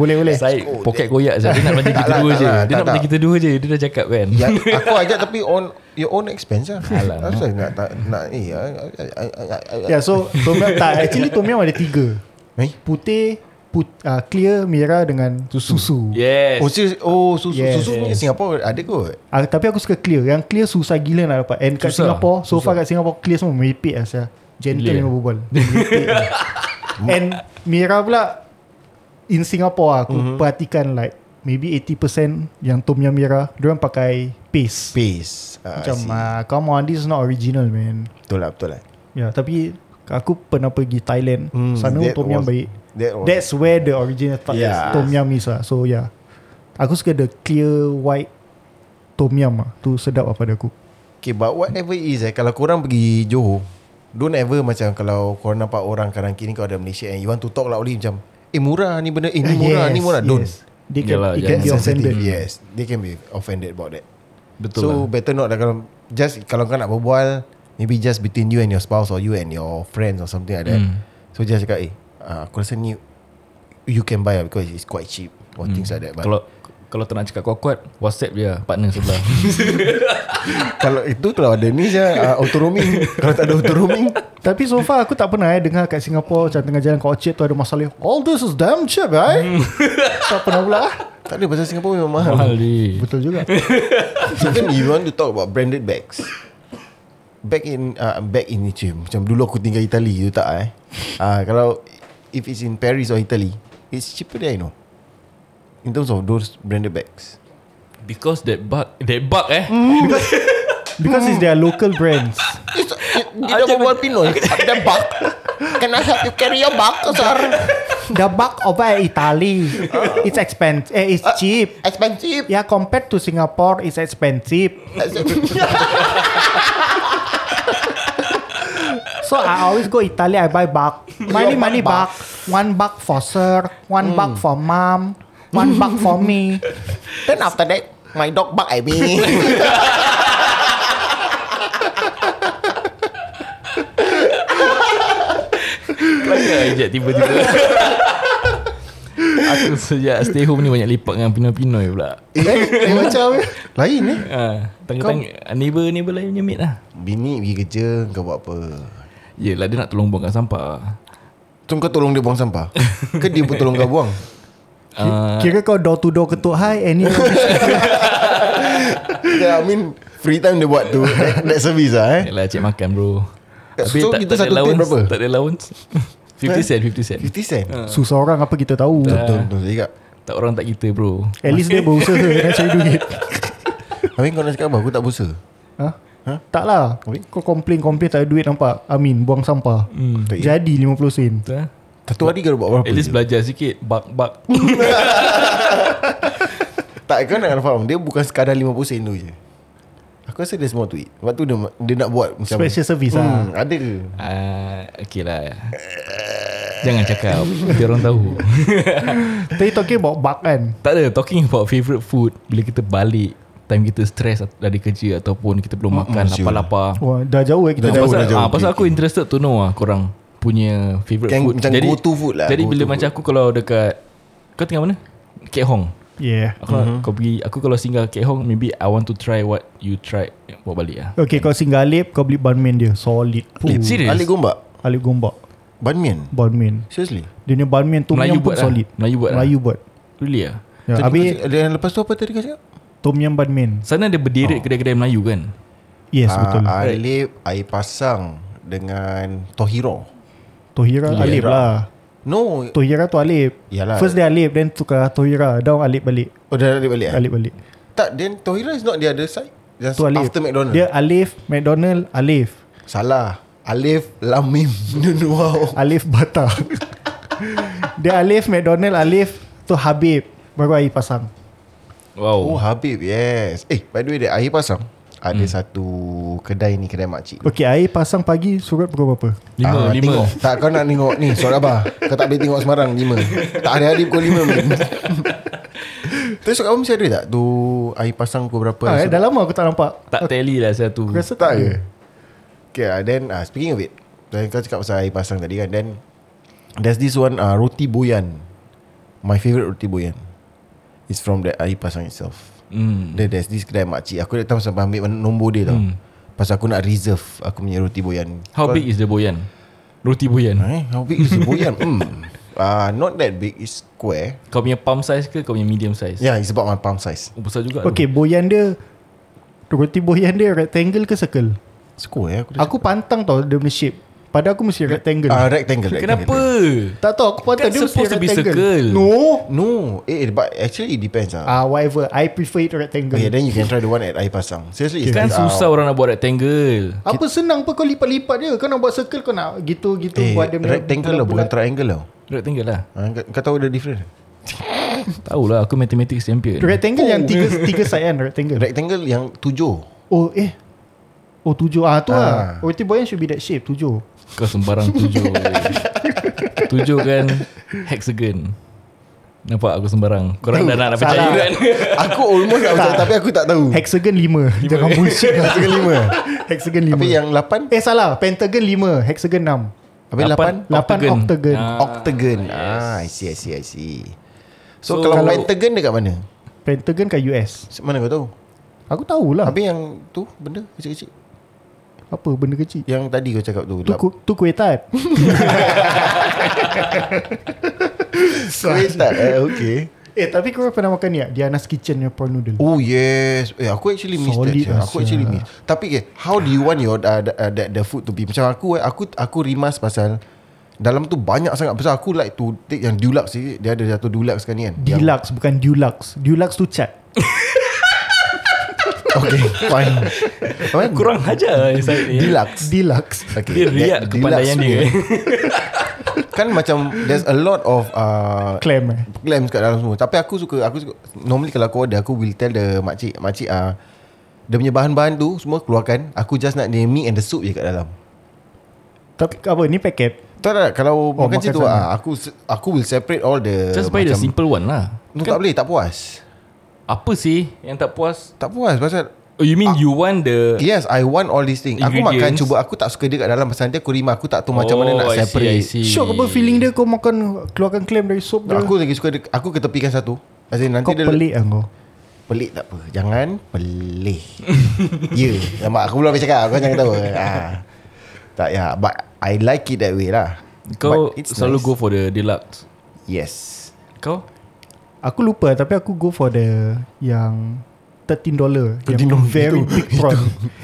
Speaker 2: Boleh boleh
Speaker 3: Saya poket goyak je. Dia nak belanja
Speaker 4: Tak
Speaker 3: kita
Speaker 4: lah,
Speaker 3: dua
Speaker 4: tak
Speaker 3: je.
Speaker 4: lah,
Speaker 3: Dia
Speaker 4: tak
Speaker 3: nak belanja
Speaker 4: tak.
Speaker 3: kita dua je. Dia dah cakap kan.
Speaker 4: ya, Aku ajak tapi on Your own expense lah
Speaker 3: Alah.
Speaker 4: Asal nak, nak, nak eh, I- I- I- I- I- I-
Speaker 2: Ya, Yeah so tom yum, tak, Actually tom yum ada tiga
Speaker 4: Eh?
Speaker 2: Putih put, uh, clear merah dengan susu, susu.
Speaker 3: Yes.
Speaker 4: Oh, serious? oh susu
Speaker 2: Yes.
Speaker 4: yes. susu punya Singapore ada kot.
Speaker 2: Uh, tapi aku suka clear Yang clear susah gila nak dapat And kat
Speaker 3: Susah.
Speaker 2: Singapore So far kat Singapore Clear semua merepek lah Syah Gentle
Speaker 3: Gila.
Speaker 2: dengan berbual Merepek lah. And Mira pula In Singapore lah, Aku mm-hmm. perhatikan like Maybe 80% Yang Tom Yum Mira Diorang pakai Paste
Speaker 4: Space. Uh,
Speaker 2: Macam uh, Come on This is not original man
Speaker 4: betul lah betul lah.
Speaker 2: Ya yeah, tapi Aku pernah pergi Thailand
Speaker 4: Hmm,
Speaker 2: Sana
Speaker 4: that
Speaker 2: Tom Yum
Speaker 4: was-
Speaker 2: baik
Speaker 4: that was-
Speaker 2: That's where the original thought
Speaker 4: Yeah.
Speaker 2: yeah. Tom Yum is lah So yeah Aku suka the clear white Tom Yum lah Tu sedap lah pada aku
Speaker 4: Okay but whatever it is eh Kalau korang pergi Johor Don't ever macam Kalau korang nampak orang Kanan kiri kau ada Malaysia And you want to talk loudly Macam Eh murah ni benda Eh ni murah yes, ni murah Don't yes.
Speaker 2: They can,
Speaker 3: Yalah,
Speaker 2: it can
Speaker 3: jangan
Speaker 2: be offended
Speaker 4: Yes They can be offended about that
Speaker 3: Betul
Speaker 4: Betul So
Speaker 3: lah.
Speaker 4: lah. better not lah kalau, Just Kalau kau nak berbual Maybe just between you and your spouse Or you and your friends Or something like that
Speaker 3: Hmm.
Speaker 4: So just cakap Eh uh, aku rasa ni You can buy lah Because it's quite cheap Or hmm. things like that But
Speaker 3: Kalau kalau tak nak cakap kuat-kuat WhatsApp je lah, partner sebelah
Speaker 4: kalau itu Kalau ada ni je uh, Auto roaming Kalau tak ada auto roaming
Speaker 2: Tapi so far aku tak pernah eh, Dengar kat Singapore Macam tengah jalan kat Orchard tu ada masalah All this is damn cheap
Speaker 4: Hmm.
Speaker 2: eh Tak pernah pula ah.
Speaker 4: Tak ada pasal Singapura memang mahal
Speaker 3: Mahal ni
Speaker 2: Betul juga
Speaker 4: Even you want to talk about branded bags. Back in uh, back in Italy. Macam dulu aku tinggal Itali you tak eh. Ah uh, kalau if it's in Paris or Italy, it's cheaper there you know. In terms of those branded bags.
Speaker 3: Because that bug That bug eh
Speaker 4: Mm.
Speaker 2: Because it's their local brands
Speaker 4: It's, it, dia dah berbual Pinoy. Ada bag. Can I help you carry your bag, sir?
Speaker 2: The buck over at Italy
Speaker 4: Oh.
Speaker 2: It's expensive eh, It's cheap
Speaker 4: Expensive.
Speaker 2: Yeah, compared to Singapore, it's expensive. So I always go Italy. I buy buck, money, money buck. One buck for sir, one buck for mom, one buck for me.
Speaker 4: Then after that, my dog bug at me.
Speaker 3: Perangai je eh, tiba-tiba Aku sejak stay home ni Banyak lipat dengan Pinoy-Pinoy pula
Speaker 4: eh, eh, macam lain eh.
Speaker 3: ha, Tangga-tangga Neighbor-neighbor lain punya mate lah
Speaker 4: Bini pergi kerja, kau buat apa?
Speaker 3: Yelah dia nak tolong buangkan sampah
Speaker 4: Tu kau tolong dia buang sampah Ke dia pun tolong kau buang
Speaker 2: Kira kau door to door ketuk hi any
Speaker 4: yeah, I mean Free time dia buat tu That, that service lah eh
Speaker 3: Yelah cek makan bro
Speaker 4: So, kita satu tip
Speaker 3: allowance,
Speaker 4: berapa? Eh?
Speaker 3: Tak ada allowance 50 cent 50 cent
Speaker 4: 50 cent
Speaker 3: Ah.
Speaker 2: susah orang apa kita tahu.
Speaker 4: Betul betul juga
Speaker 3: Tak orang tak kita bro
Speaker 2: At least dia berusaha nak cari duit.
Speaker 4: Amin kau nak cakap apa Aku tak busa
Speaker 2: Ha? Tak lah Kau komplain-komplain tak ada duit nampak Amin buang sampah Jadi 50 sen
Speaker 3: Betul lah
Speaker 4: Satu hari kau buat berapa
Speaker 3: At least
Speaker 4: je?
Speaker 3: belajar sikit Bak-bak
Speaker 4: Tak kau nak faham Dia bukan sekadar 50 sen tu je Aku rasa dia semua tweet Sebab tu dia, dia nak buat macam
Speaker 2: Special service lah
Speaker 4: hmm, Ada ke
Speaker 3: Ah, okay lah Jangan cakap Biar orang tahu
Speaker 2: Tapi talking about bug kan
Speaker 3: Tak ada Talking about favourite food Bila kita balik Time kita stress at- Dari kerja Ataupun kita belum makan
Speaker 4: sure.
Speaker 3: Lapar-lapar
Speaker 2: Wah dah jauh eh kita
Speaker 4: Dah
Speaker 3: Ah,
Speaker 4: jauh,
Speaker 3: pasal,
Speaker 4: dah jauh.
Speaker 3: ah, pasal aku interested to know lah Korang punya favourite
Speaker 4: Yang
Speaker 3: food
Speaker 4: Kan macam go-to food lah,
Speaker 3: Jadi
Speaker 4: go-to
Speaker 3: bila
Speaker 4: food.
Speaker 3: macam aku Kalau dekat Kau tinggal mana? Kek Hong
Speaker 2: Yeah
Speaker 3: Aku
Speaker 4: Mhm.
Speaker 3: mm-hmm. kau pergi Aku kalau singgah Kek Hong Maybe I want to try what you tried Buat balik lah
Speaker 2: Okay kau singgalip Kau beli ban min dia Solid Puh.
Speaker 3: Lip. Serious?
Speaker 4: Alik gombak
Speaker 2: Alip gombak
Speaker 4: Ban mian
Speaker 2: Ban min
Speaker 4: Seriously
Speaker 2: Dia ni ban min Tom yum
Speaker 3: Melayu
Speaker 2: pun
Speaker 3: buat lah.
Speaker 2: solid
Speaker 3: Melayu buat lah.
Speaker 2: Melayu buat
Speaker 3: Really lah
Speaker 2: ya,
Speaker 4: Tadi
Speaker 2: Habis
Speaker 4: kau cakap- Dan lepas tu apa tadi kau cakap
Speaker 2: Tom yum ban min
Speaker 3: Sana ada
Speaker 4: Oh.
Speaker 3: berderet kedai-kedai Melayu kan
Speaker 2: Yes
Speaker 4: Ah,
Speaker 2: betul
Speaker 4: Alip Air pasang Dengan Tohiro
Speaker 2: Tohira alip lah
Speaker 4: No
Speaker 2: Tohira tu alip
Speaker 4: Yalah.
Speaker 2: First dia alip Then tukar Tohira Down alip balik
Speaker 4: Oh dah alip balik eh?
Speaker 2: Alip balik
Speaker 4: Tak, then Tohira is not the other side. Just
Speaker 2: Tu alif
Speaker 4: after McDonald's.
Speaker 2: Dia alif McDonald alif
Speaker 4: Salah. Alif Lam Mim Nun Wow.
Speaker 2: Alif Bata Dia Alif McDonald Alif Tu Habib Baru air pasang
Speaker 4: Oh
Speaker 3: Wow
Speaker 4: Habib, yes. Eh, by the way, dia air pasang. Ada hmm. satu kedai ni, kedai makcik.
Speaker 2: Okay air pasang pagi Surat pukul berapa
Speaker 3: Lima
Speaker 4: Ah,
Speaker 3: Lima
Speaker 4: Tengok. Tak, kau nak tengok ni, surat abah. Kau tak boleh tengok Semarang, lima. Tak hari-hari pukul lima, min. Terus kat kamu mesti ada tak? Tu air pasang pukul berapa?
Speaker 2: ah, eh,
Speaker 4: Surat-
Speaker 2: Dah lama aku tak nampak
Speaker 3: Tak tally lah satu
Speaker 2: Aku rasa
Speaker 4: Tak
Speaker 2: tak
Speaker 4: ke?
Speaker 2: ada
Speaker 4: Okay, uh, then uh, speaking of it, then kau cakap pasal air pasang tadi kan, then there's this one uh, roti boyan. My favourite roti boyan is from that air pasang itself.
Speaker 3: Hmm.
Speaker 4: Then there's this kedai makcik. Aku datang sampai ambil mana- nombor dia tau. Pasal aku nak reserve aku punya roti boyan.
Speaker 3: How big is the boyan? Roti boyan
Speaker 4: Eh, how big is the boyan? Hmm. Uh, not that big. It's square.
Speaker 3: Kau punya palm size ke Kau punya medium size
Speaker 4: Yeah, it's about my palm size.
Speaker 3: Oh, besar juga
Speaker 2: Okay, boyan dia roti boyan dia rectangle ke circle?
Speaker 4: Square eh, aku dah
Speaker 2: Aku pantang tau dia punya shape. Pada aku mesti rectangle.
Speaker 4: Ah, uh, rectangle,
Speaker 3: tu.
Speaker 4: rectangle.
Speaker 3: Kenapa
Speaker 2: tak tahu aku pantang
Speaker 3: Kan
Speaker 2: dia mesti
Speaker 3: supposed to be
Speaker 2: rectangle.
Speaker 3: circle.
Speaker 2: No.
Speaker 4: No, eh, but actually it depends ah.
Speaker 2: Ah, whatever. I prefer it rectangle.
Speaker 4: Okay, then you can try the one at air pasang. Seriously, it's
Speaker 3: Kan
Speaker 4: Ah. nice.
Speaker 3: susah orang nak buat rectangle
Speaker 2: Apa senang pun kau lipat-lipat dia. Kau nak buat circle kau nak gitu-gitu
Speaker 4: Eh,
Speaker 2: buat dia punya
Speaker 4: rectangle lah, bukan
Speaker 2: bulat-bulat.
Speaker 4: triangle lah.
Speaker 3: Rectangle lah
Speaker 4: Ah, kau- Kau tahu the difference?
Speaker 3: Tahulah aku mathematics champion
Speaker 2: Rectangle yang tiga tiga side kan rectangle.
Speaker 4: Rectangle yang tujuh.
Speaker 2: Oh eh. Oh tujuh ah tu ah.
Speaker 4: Ah.
Speaker 2: Roti boyan should be that shape tujuh.
Speaker 3: Kau sembarang tujuh Tujuh kan Hexagon Nampak aku sembarang Korang dah nak nak percaya
Speaker 2: Salah.
Speaker 3: kan
Speaker 4: aku almost nak macam tapi aku tak tahu.
Speaker 2: Hexagon lima. Jangan bullshit.
Speaker 4: Hexagon lima.
Speaker 2: Hexagon lima.
Speaker 4: Tapi yang lapan?
Speaker 2: eh salah, pentagon lima, hexagon enam.
Speaker 4: Habis lapan?
Speaker 2: Lapan
Speaker 3: Octagon.
Speaker 2: octagon.
Speaker 3: Ah,
Speaker 4: Octagon. Ah, I see, I see, I see.
Speaker 3: So,
Speaker 4: So, kalau
Speaker 3: kalau-
Speaker 4: pentagon dekat mana?
Speaker 2: Pentagon kat US.
Speaker 4: Mana kau tahu?
Speaker 2: Aku tahulah.
Speaker 4: Habis yang tu benda kecil-kecil.
Speaker 2: apa benda kecil.
Speaker 4: Yang tadi kau cakap tu.
Speaker 2: Tu,
Speaker 4: lap-
Speaker 2: ku, tu kuih tart.
Speaker 4: Kuih tak? Eh, okay.
Speaker 2: eh tapi korang pernah makan ni tak? Diana's Kitchen punya prawn noodle.
Speaker 4: Oh yes eh, Aku actually miss
Speaker 2: Solid
Speaker 4: that sia.
Speaker 2: lah,
Speaker 4: Aku actually
Speaker 2: sia.
Speaker 4: miss Tapi eh, How do you want your uh, the, uh, the, the food to be Macam aku eh, Aku aku rimas pasal Dalam tu banyak sangat Pasal aku like to Take yang deluxe eh. Dia ada satu deluxe kan ni kan Yang-
Speaker 2: Deluxe bukan deluxe. Deluxe tu cat.
Speaker 4: Okay fine Apa?
Speaker 3: Kurang ajar eh, Syed ni
Speaker 4: Deluxe
Speaker 2: Deluxe.
Speaker 4: okay.
Speaker 3: Dia
Speaker 4: that
Speaker 3: riak
Speaker 4: deluxe
Speaker 3: kepandaian dia
Speaker 4: food, Kan macam There's a lot of uh,
Speaker 2: Clam eh.
Speaker 4: clams kat dalam semua. Tapi aku suka aku suka normally kalau aku order aku will tell the makcik makcik ah uh, dia punya bahan-bahan tu semua keluarkan. Aku just nak dia meat and the soup je kat dalam.
Speaker 2: Tapi apa ni paket?
Speaker 4: Tahu tak kalau oh,
Speaker 2: makan
Speaker 4: makan macam tu
Speaker 2: sana.
Speaker 4: ah aku se- aku will separate all the
Speaker 3: Just buy the simple one lah
Speaker 4: No, tak boleh, tak puas.
Speaker 3: Apa sih Yang tak puas
Speaker 4: Tak puas pasal
Speaker 3: Oh you
Speaker 4: Ah.
Speaker 3: mean you want the
Speaker 4: Yes, I want all these things. Aku makan
Speaker 3: Ingredients.
Speaker 4: cuba aku tak suka dia kat dalam pasal nanti aku rimah aku tak tahu
Speaker 3: Oh,
Speaker 4: macam mana
Speaker 3: I
Speaker 4: nak
Speaker 3: see,
Speaker 4: separate.
Speaker 3: I see.
Speaker 2: Syok apa feeling dia kau makan keluarkan clam dari sup dia.
Speaker 4: Aku lagi suka dia, aku ketepikan satu. As in, nanti
Speaker 2: kau
Speaker 4: dia
Speaker 2: pelik lah kau.
Speaker 4: Pelik tak apa Jangan pelik Ya yeah. Nampak aku belum habis cakap Kau jangan tahu ha. Tak ya But I like it that way lah
Speaker 3: Kau
Speaker 4: But it's
Speaker 3: selalu
Speaker 4: nice.
Speaker 3: go for the deluxe
Speaker 4: Yes
Speaker 3: Kau
Speaker 2: Aku lupa tapi aku go for the yang $13 yang very big prawn.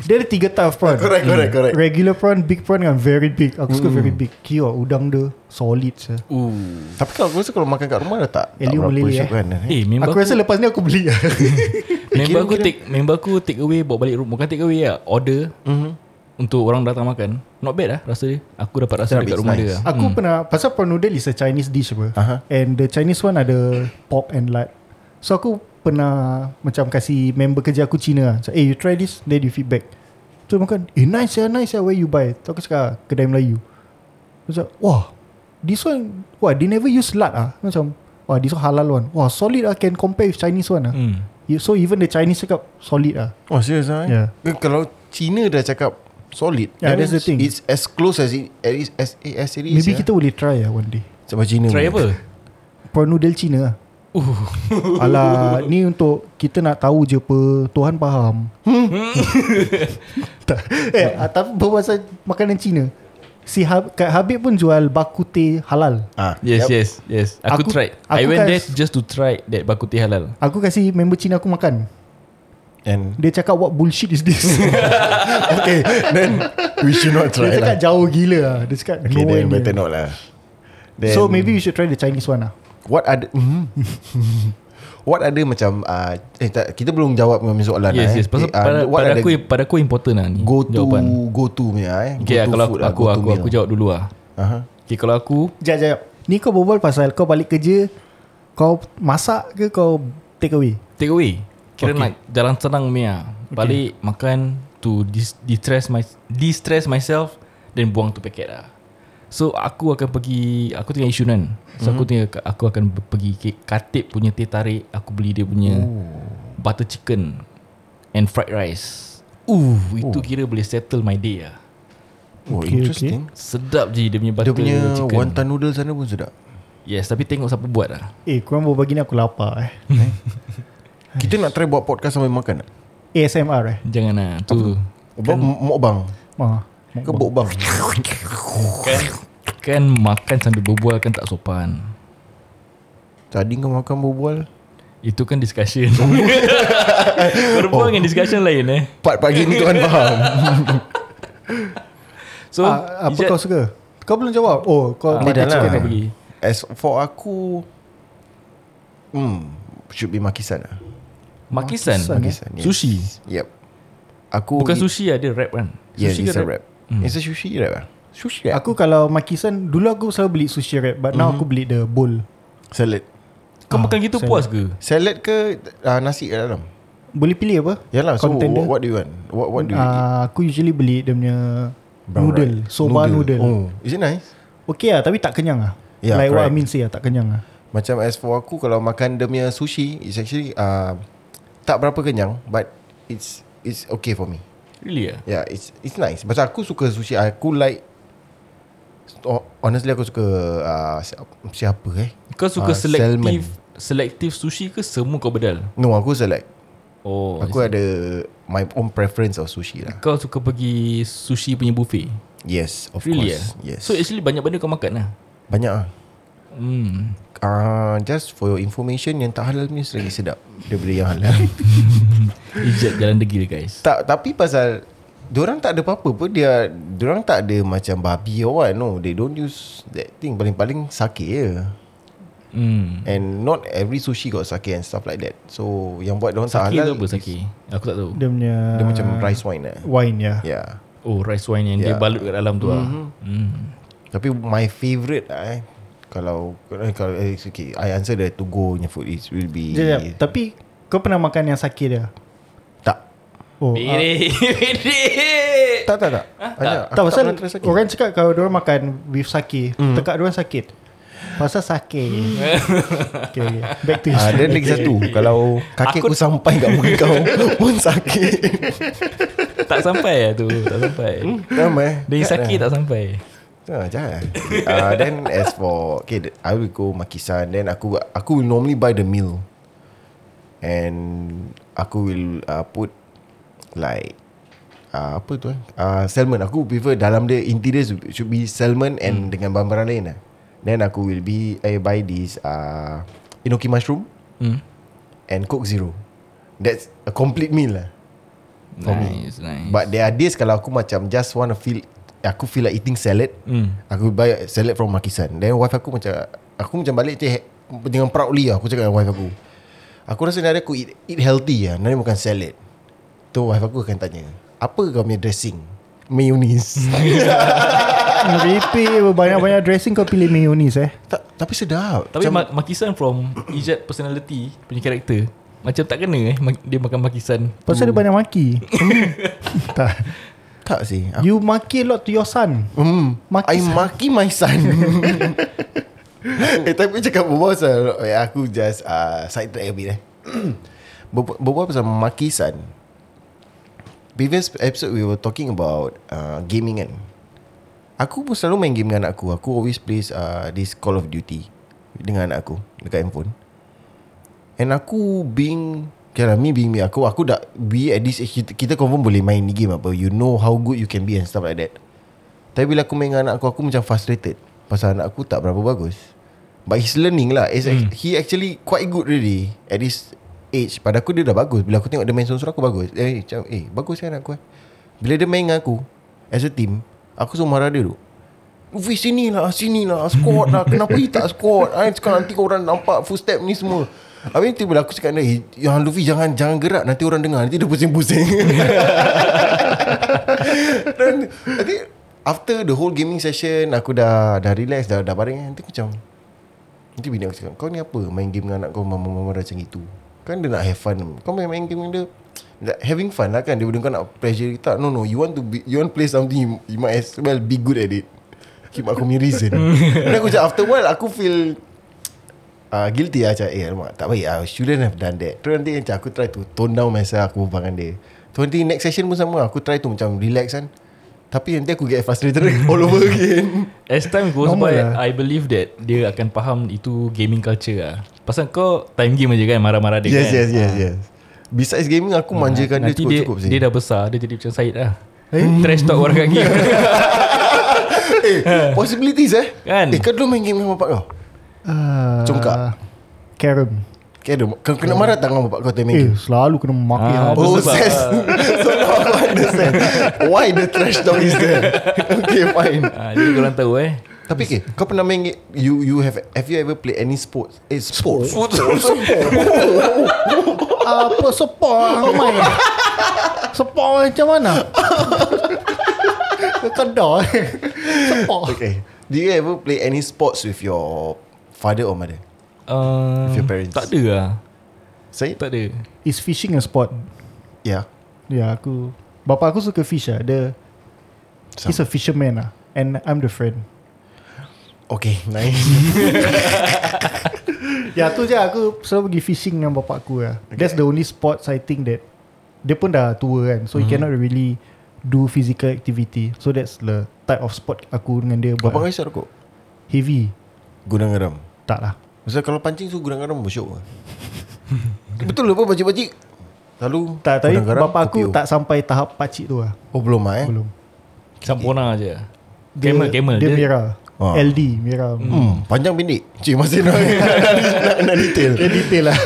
Speaker 2: Dia ada tiga type of prawn. Hmm.
Speaker 4: Correct correct correct Hmm.
Speaker 2: Regular prawn, big prawn dengan very big. Aku suka very big. Kira udang dia solid sah.
Speaker 3: Ooh.
Speaker 4: Tapi kalau aku rasa Kalau makan kat rumah dah tak Tak
Speaker 2: Eliu
Speaker 4: berapa
Speaker 2: Melili,
Speaker 4: syok
Speaker 2: eh.
Speaker 4: kan
Speaker 3: Eh member
Speaker 2: Aku
Speaker 3: aku,
Speaker 2: rasa lepas ni aku beli lah.
Speaker 3: Member aku take Member aku take away Bawa balik rumah Bukan take away lah Order
Speaker 4: Mhm.
Speaker 3: Untuk orang datang makan Not bad lah rasa dia Aku dapat rasa dekat
Speaker 4: Sedap, it's
Speaker 3: rumah
Speaker 4: nice.
Speaker 3: dia lah.
Speaker 2: Aku hmm. pernah Pasal prawn noodle is a Chinese dish apa
Speaker 4: Aha.
Speaker 2: And the Chinese one ada Pork and lard So aku pernah Macam kasih member kerja aku Cina lah Macam eh you try this Then you feedback So makan Eh nice ya nice ya Where you buy So aku cakap Kedai Melayu Macam wah This one Wah they never use lard ah Macam Wah this one halal one Wah solid ah Can compare with Chinese one ah
Speaker 3: Hmm.
Speaker 2: You- So even the Chinese cakap Solid ah
Speaker 4: Oh serious lah eh?
Speaker 2: Yeah.
Speaker 4: Eh, Kalau Cina dah cakap Solid
Speaker 2: Yeah,
Speaker 4: that
Speaker 2: that's the
Speaker 4: means
Speaker 2: thing.
Speaker 4: It's as close as it As, as, as it is
Speaker 2: Maybe
Speaker 4: eh.
Speaker 2: kita boleh try lah one day
Speaker 4: Sebab Cina
Speaker 3: Try apa
Speaker 2: Prawn noodle Cina lah uh. Alah Ni untuk Kita nak tahu je apa Tuhan faham
Speaker 4: Hmm.
Speaker 2: Tak- Eh ah, Tapi berpasal Makanan Cina Si Hab, Kak Habib pun jual Baku teh halal
Speaker 4: ah,
Speaker 3: Yes
Speaker 4: yep.
Speaker 3: yes yes Aku,
Speaker 2: Aku-
Speaker 3: try
Speaker 2: aku
Speaker 3: I went
Speaker 2: kan-
Speaker 3: there just to try That baku teh halal
Speaker 2: Aku kasih member Cina aku makan
Speaker 4: And
Speaker 2: Dia cakap What bullshit is this
Speaker 4: Okay Then We should not
Speaker 2: Dia
Speaker 4: try
Speaker 2: cakap
Speaker 4: lah
Speaker 2: jauh gila lah. Dia cakap
Speaker 4: Okay
Speaker 2: no
Speaker 4: then
Speaker 2: way
Speaker 4: better not lah Then-
Speaker 2: So maybe we should try The Chinese one lah
Speaker 4: What ada mm, What ada macam uh, eh, tak, Kita belum jawab dengan soalan
Speaker 3: Yes
Speaker 4: lah,
Speaker 3: yes
Speaker 4: eh.
Speaker 3: Pasal
Speaker 4: eh, ah,
Speaker 3: pada,
Speaker 4: What
Speaker 3: pada
Speaker 4: ada
Speaker 3: aku Pada aku important lah ni
Speaker 4: Go to
Speaker 3: jawapan.
Speaker 4: Go to punya eh
Speaker 3: Okay
Speaker 4: go to
Speaker 3: kalau aku aku,
Speaker 4: food go to
Speaker 3: aku,
Speaker 4: meal. Uh-huh.
Speaker 3: aku jawab dulu lah
Speaker 4: Aha.
Speaker 3: Okay kalau aku
Speaker 2: Jap jap jap. Ni kau berbual pasal Kau balik kerja Kau masak ke Kau take away
Speaker 3: Take away Kira okay. nak jalan senang Mia Balik makan To dis- distress my distress myself Then buang tu paket lah So aku akan pergi Aku tinggal Yishun kan So aku tinggal Aku akan be- pergi ke- Katip punya teh tarik Aku beli dia punya Butter chicken And fried rice Uh, itu kira boleh settle my day lah
Speaker 4: Oh
Speaker 2: Okay,
Speaker 4: interesting
Speaker 3: Sedap je dia punya butter
Speaker 4: Dia punya
Speaker 3: chicken
Speaker 4: wonton noodle sana pun sedap
Speaker 3: Yes tapi tengok siapa buat lah
Speaker 2: Eh korang baru bagi ni aku lapar eh
Speaker 4: Kita nak try buat podcast sambil makan tak?
Speaker 2: ASMR eh
Speaker 3: Jangan lah tu
Speaker 4: Buat m- mukbang
Speaker 2: ah.
Speaker 4: Ke bukbang
Speaker 3: Makan kan Makan sambil berbual kan tak sopan
Speaker 4: Tadi kau makan berbual
Speaker 3: Itu kan discussion Berbual oh. dengan discussion lain eh
Speaker 4: Part pagi ni tuan faham
Speaker 3: So
Speaker 2: Ah, apa
Speaker 3: Ijat-
Speaker 2: kau suka? Kau belum jawab. Oh, kau
Speaker 3: Ah,
Speaker 2: makan
Speaker 3: dah lah.
Speaker 2: chicken.
Speaker 3: kau pergi?
Speaker 4: As for aku Hmm Should be makisan lah
Speaker 3: Makisan,
Speaker 4: Makisan yes.
Speaker 3: Sushi
Speaker 4: Yep Aku
Speaker 3: Bukan
Speaker 4: eat-
Speaker 3: sushi lah Dia wrap kan Sushi
Speaker 4: Yeah sushi it's
Speaker 3: ke
Speaker 4: a wrap mm. It's a sushi wrap lah Sushi wrap
Speaker 2: Aku kalau makisan Dulu aku selalu beli sushi wrap But now aku beli the bowl
Speaker 4: Salad
Speaker 3: Kau makan gitu
Speaker 4: Ah.
Speaker 3: puas ke
Speaker 4: Salad ke uh, Nasi kat dalam
Speaker 2: Boleh pilih apa?
Speaker 4: Yalah so
Speaker 2: Content
Speaker 4: what,
Speaker 2: dia.
Speaker 4: what do you want What, what do you eat
Speaker 2: Ah, Aku usually beli dia punya
Speaker 4: Brown
Speaker 2: Noodle
Speaker 4: rice.
Speaker 2: Soba noodle,
Speaker 4: Oh, Is it nice
Speaker 2: Okay lah tapi tak kenyang lah
Speaker 4: Yeah,
Speaker 2: Like what
Speaker 4: correct.
Speaker 2: Amin say lah tak kenyang lah
Speaker 4: Macam as for aku Kalau makan dia punya sushi It's actually uh, Tak berapa kenyang But It's It's okay for me
Speaker 3: Really lah
Speaker 4: Yeah it's It's nice Pasal aku suka sushi Aku like oh, Honestly aku suka uh, si- Siapa eh
Speaker 3: Kau suka
Speaker 4: Ah,
Speaker 3: selektif
Speaker 4: salmon.
Speaker 3: Selektif sushi ke Semua kau bedal
Speaker 4: No aku select
Speaker 3: Oh I
Speaker 4: Aku
Speaker 3: see.
Speaker 4: ada My own preference of sushi lah
Speaker 3: Kau suka pergi Sushi punya buffet
Speaker 4: Yes of
Speaker 3: Really
Speaker 4: course
Speaker 3: lah
Speaker 4: Yes
Speaker 3: So actually banyak benda kau makan lah
Speaker 4: Banyak ah.
Speaker 3: Hmm
Speaker 4: Uh, just for your information Yang tak halal ni lagi sedap Daripada yang halal
Speaker 3: Ijat jalan degil guys
Speaker 4: Tak tapi pasal Diorang tak ada apa-apa pun Dia Diorang tak ada macam babi or what No They don't use that thing Paling-paling sake je
Speaker 3: Hmm
Speaker 4: And not every sushi got sake And stuff like that So yang buat diorang tak lah,
Speaker 3: Sake tu
Speaker 4: halal
Speaker 3: apa sake? Aku tak tahu
Speaker 2: Dia punya
Speaker 4: Dia macam
Speaker 2: Ah.
Speaker 4: rice wine lah
Speaker 2: Wine ya yeah.
Speaker 4: Yeah
Speaker 3: Oh rice wine yang dia
Speaker 4: Yeah. Mm-hmm.
Speaker 3: balut kat dalam tu lah hmm.
Speaker 4: Tapi my favourite lah eh Kalau eh, kalau eh, it's okay. I answer the to go punya food It will be
Speaker 2: Jap, jap. Tapi kau pernah makan yang sakit dia?
Speaker 4: Tak
Speaker 2: Oh, ah,
Speaker 3: Bedek Bedek
Speaker 4: Tak tak tak ha?
Speaker 2: tak pasal orang cakap kalau dia makan with sake, mm.
Speaker 4: Hmm.
Speaker 2: tekak dia sakit. Pasal sake. okay, okay. Back to you.
Speaker 4: Ah, dan lagi satu Kalau kaki
Speaker 3: Aku-
Speaker 4: aku, aku sampai kat muka kau Pun sakit
Speaker 3: Tak sampai lah tu Tak sampai
Speaker 4: Hmm. Ramai
Speaker 3: Dia sakit tak sampai
Speaker 4: Ah, jahat. uh, then as for okay, th- I will go Makisan. Then aku aku will normally buy the meal, and aku will uh, put like uh, apa tu? Eh? Uh, salmon. Aku prefer dalam dia interior should- should be salmon and dengan bahan-bahan lain lah. Then aku will be I buy this uh, enoki mushroom
Speaker 3: hmm.
Speaker 4: and coke zero. That's a complete meal lah.
Speaker 3: Nice nice
Speaker 4: But there are days kalau aku macam just want to feel aku feel like eating salad.
Speaker 3: Hmm.
Speaker 4: Aku buy salad from Makisan. Then wife aku macam aku macam balik je dengan proudly lah aku cakap dengan wife aku. Aku rasa nanti aku eat, eat healthy lah. Nanti makan salad. Tu wife aku akan tanya, apa kau punya dressing? Mayonnaise.
Speaker 3: Hmm.
Speaker 2: Repeat banyak-banyak dressing kau pilih mayonnaise eh.
Speaker 4: Ta- tapi sedap.
Speaker 3: Tapi
Speaker 4: Macam-
Speaker 3: ma- makisan from Ijat personality Punya karakter Macam tak kena eh ma- Dia makan makisan
Speaker 2: Pasal
Speaker 4: Hmm.
Speaker 2: dia banyak maki. tak.
Speaker 4: tak sih. Aku,
Speaker 2: You maki a lot to your son.
Speaker 4: Hmm,
Speaker 2: Maki
Speaker 4: I
Speaker 2: son.
Speaker 4: maki my son. eh, tapi cakap berbual pasal eh, aku just uh, side track a bit eh. Berbu- berbual pasal maki son. Previous episode we were talking about uh, gaming kan. Aku pun selalu main game dengan anak aku. Aku always plays uh, this Call of Duty dengan anak aku dekat handphone. And aku being Okay lah, me being me Aku aku dah We at this age, kita, kita confirm boleh main ni game apa You know how good you can be And stuff like that Tapi bila aku main dengan anak aku Aku macam frustrated Pasal anak aku tak berapa bagus But he's learning lah It's, mm. He actually quite good really At this age Pada aku dia dah bagus Bila aku tengok dia main sorang-sorang Aku bagus Eh macam Eh bagus kan aku eh Bila dia main dengan aku As a team Aku suruh marah dia duk Ufi sini lah Sini lah Squat lah Kenapa you tak squat I cakap nanti orang nampak Footstep ni semua Habis tiba aku cakap dia "Eh, Yang Luffy jangan jangan gerak Nanti orang dengar Nanti dia pusing-pusing Dan Nanti After the whole gaming session Aku dah Dah relax Dah, dah baring kan Nanti macam Nanti bini aku cakap Kau ni apa Main game dengan anak kau Mama-mama macam itu Kan dia nak have fun Kau main main game dengan dia like, Having fun lah kan Daripada kau nak pressure kita No no You want to be, You want play something you, you might as well Be good at it Keep aku punya reason Then aku cakap After a while Aku feel uh, Guilty lah Macam eh alamak, Tak baik lah I Shouldn't have done that Terus nanti macam Aku try to tone down Masa aku berbual dengan dia Tu nanti next session pun sama Aku try to macam relax kan Tapi nanti aku get frustrated All over again
Speaker 3: As time goes
Speaker 2: Normal
Speaker 3: by
Speaker 2: lah.
Speaker 3: I believe that Dia akan faham Itu gaming culture lah Pasal kau Time game aja kan Marah-marah dia kan
Speaker 4: Yes
Speaker 3: Ah,
Speaker 4: yes yes yes Besides gaming Aku manjakan dia
Speaker 3: Nanti dia,
Speaker 4: cukup-cukup
Speaker 3: dia, dia dah besar Dia jadi macam Said lah Trash talk orang kat game
Speaker 4: Eh Possibilities eh
Speaker 3: Kan?
Speaker 4: Eh kau dulu main game dengan bapak kau
Speaker 2: Uh,
Speaker 4: Congkak.
Speaker 2: Karen
Speaker 4: Kau ada Kau kena marah tak dengan bapak kau time main
Speaker 2: Eh
Speaker 4: game
Speaker 2: selalu kena maki ah,
Speaker 3: Ah, tu
Speaker 4: Oh
Speaker 3: Kan. sebab- Ah.
Speaker 4: sense So now I understand Why the trash talk is there Okay fine
Speaker 3: Ah, jadi korang tahu eh.
Speaker 4: Tapi okay, kau pernah main game- you you have have you ever played any sports? Eh sports. Sports.
Speaker 2: Apa support orang main Support macam mana Kedah eh. Support
Speaker 4: okay. Do you ever play any sports with your father or mother?
Speaker 3: Uh,
Speaker 4: With your parents.
Speaker 3: Tak ada lah.
Speaker 4: Saya
Speaker 3: Tak ada.
Speaker 2: Is fishing a sport
Speaker 4: yeah.
Speaker 2: Ya aku Bapa aku suka fish lah Dia
Speaker 4: Sama.
Speaker 2: He's a fisherman lah And I'm the friend
Speaker 4: Okay, nice.
Speaker 2: Ya tu je aku selalu pergi fishing dengan bapak aku lah. Okay. That's the only sports I think that dia pun dah tua kan. So mm-hmm. he
Speaker 4: Mhm.
Speaker 2: cannot really do physical activity. So that's the type of sport aku dengan dia buat.
Speaker 4: Bapak kau isap rokok?
Speaker 2: Heavy.
Speaker 4: Gudang garam.
Speaker 2: Tak lah.
Speaker 4: Masa kalau pancing tu gudang garam bersyuk ke? Betul lupa baca-baca. Lalu
Speaker 2: Tak tapi
Speaker 4: gudang garam,
Speaker 2: bapak aku
Speaker 4: kopi O.
Speaker 2: tak sampai tahap pakcik tu lah.
Speaker 4: Oh belum ah eh?
Speaker 2: Belum.
Speaker 3: Sampona je. lah. Camel, camel.
Speaker 2: Dia, dia
Speaker 3: Dia,
Speaker 2: Mira.
Speaker 4: Ah.
Speaker 2: LD Mira. Mm.
Speaker 4: Hmm, panjang pendek. Cik masih nak nak, nak, nak detail.
Speaker 2: Dia detail lah.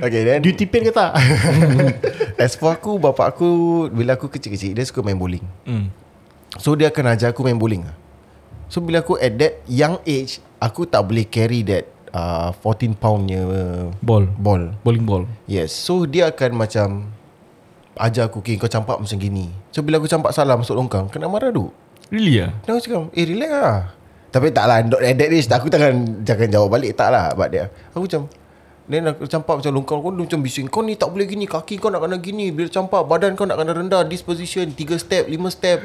Speaker 4: Okay, then
Speaker 2: Duty paid ke tak?
Speaker 4: as for aku, bapak aku bila aku kecil-kecil dia suka main bowling.
Speaker 3: hmm.
Speaker 4: So dia akan ajar aku main bowling lah. So bila aku at that young age Aku tak boleh carry that uh, 14 pound nya
Speaker 3: Ball.
Speaker 4: ball
Speaker 3: Bowling ball.
Speaker 4: Yes So dia akan macam Ajar aku Okay kau campak macam gini So bila aku campak salah masuk longkang Kena marah duk
Speaker 3: Really ah?
Speaker 4: Then aku cakap Eh relax lah Tapi tak lah not At that age tak- Aku takkan Jangan jawab balik Tak lah But dia Aku macam Then aku campak macam longkang Kau ni macam bising Kau ni tak boleh gini Kaki kau nak kena gini Bila campak Badan kau nak kena rendah This position 3 step 5 step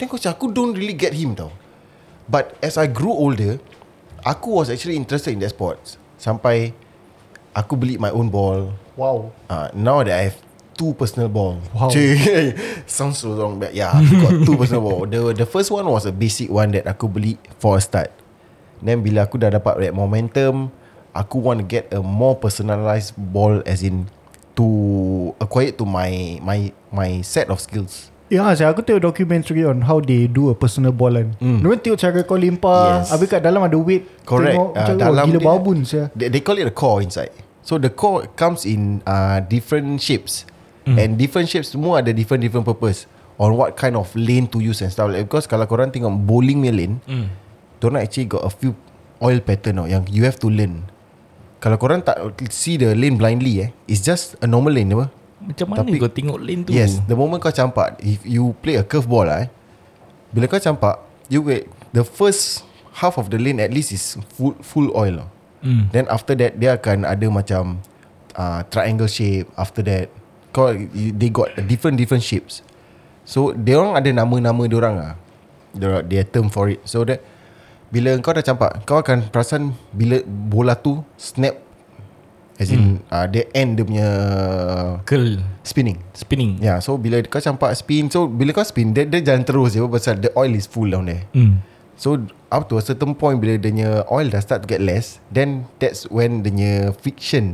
Speaker 4: Then aku macam Aku don't really get him tau But as I grew older Aku was actually interested in that sports Sampai Aku beli my own ball
Speaker 2: wow.
Speaker 4: uh, now that I have two personal ball.
Speaker 2: Wow.
Speaker 4: Cik, sounds so wrong but yeah, I've got two personal ball. The the first one was a basic one that aku beli for a start. Then bila aku dah dapat that momentum, aku want to get a more personalized ball as in to acquire to my my my set of skills.
Speaker 2: Ya, saya aku tengok documentary on how they do a personal ball kan. Mm. Mereka tengok cara kau lempar, yes.
Speaker 4: Hmm. Yes.
Speaker 2: habis kat dalam ada weight.
Speaker 4: Correct.
Speaker 2: Tengok,
Speaker 4: Ah,
Speaker 2: macam,
Speaker 4: dalam
Speaker 2: oh, gila
Speaker 4: dia-
Speaker 2: babun saya.
Speaker 4: They, they call it a core inside. So the core comes in uh, different shapes. Mm. And different shapes semua ada different different purpose on what kind of lane to use and stuff like because kalau korang tengok bowling punya lane, mm. diorang actually got a few oil pattern tau yang you have to learn. Kalau korang tak see the lane blindly eh, it's just a normal lane apa.
Speaker 3: Macam mana
Speaker 4: Tapi-
Speaker 3: kau tengok lane tu?
Speaker 4: Yes, the moment kau campak, if you play a curve ball lah eh, bila kau campak, you wait, the first half of the lane at least is full full oil lah. Mm. Then after that, dia akan ada macam uh, triangle shape. After that, kau, you- they got different different shapes. So, dia orang ada nama-nama dia orang ah. Dia dia term for it. So that bila kau dah campak, kau akan perasan bila bola tu snap as in mm. uh, the end dia punya
Speaker 3: Curl.
Speaker 4: spinning.
Speaker 3: Spinning.
Speaker 4: Yeah, Ya, so bila kau campak spin, so bila kau spin, dia, dia jalan terus je pasal the oil is full down there.
Speaker 3: Hmm.
Speaker 4: So up to a certain point bila dia punya oil dah start to get less, then that's when dia punya friction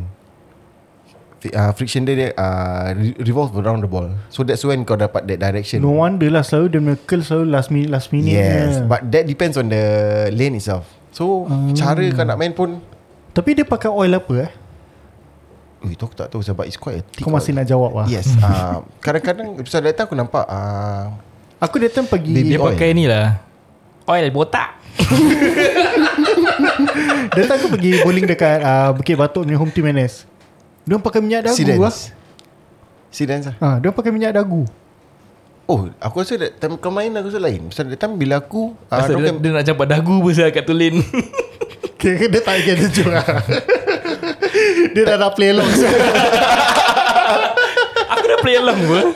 Speaker 4: fi- uh, friction dia, dia uh, re- revolve around the ball. So that's when kau dapat that direction.
Speaker 2: No wonder lah selalu dia punya curl selalu last minute last minute.
Speaker 4: yes,
Speaker 2: je.
Speaker 4: but that depends on the lane itself. So
Speaker 2: Ah.
Speaker 4: cara kau nak main pun
Speaker 2: tapi dia pakai oil apa eh?
Speaker 4: Ui, tu aku tak tahu sebab it's quite a thick
Speaker 2: Kau masih nak jawab lah.
Speaker 4: Yes uh, Kadang-kadang Sebab data aku nampak uh,
Speaker 2: Aku dia time pergi
Speaker 4: Baby
Speaker 3: Dia
Speaker 4: Oil.
Speaker 3: pakai ni lah. Oil botak.
Speaker 2: dia time aku pergi bowling dekat uh, Bukit Batok punya home team NS. Dia orang pakai minyak dagu lah.
Speaker 4: Sidens Sidens lah
Speaker 2: Ha, dia orang pakai minyak dagu.
Speaker 4: Oh, aku rasa that time kau main aku rasa lain. Pasal that time bila aku ah,
Speaker 3: Asal dia,
Speaker 4: dorang
Speaker 3: dia nak campak dagu pun saya kat tu lane.
Speaker 2: Kira dia tak ingat dia curah. dia dah dah play along.
Speaker 3: Aku dah play along pun.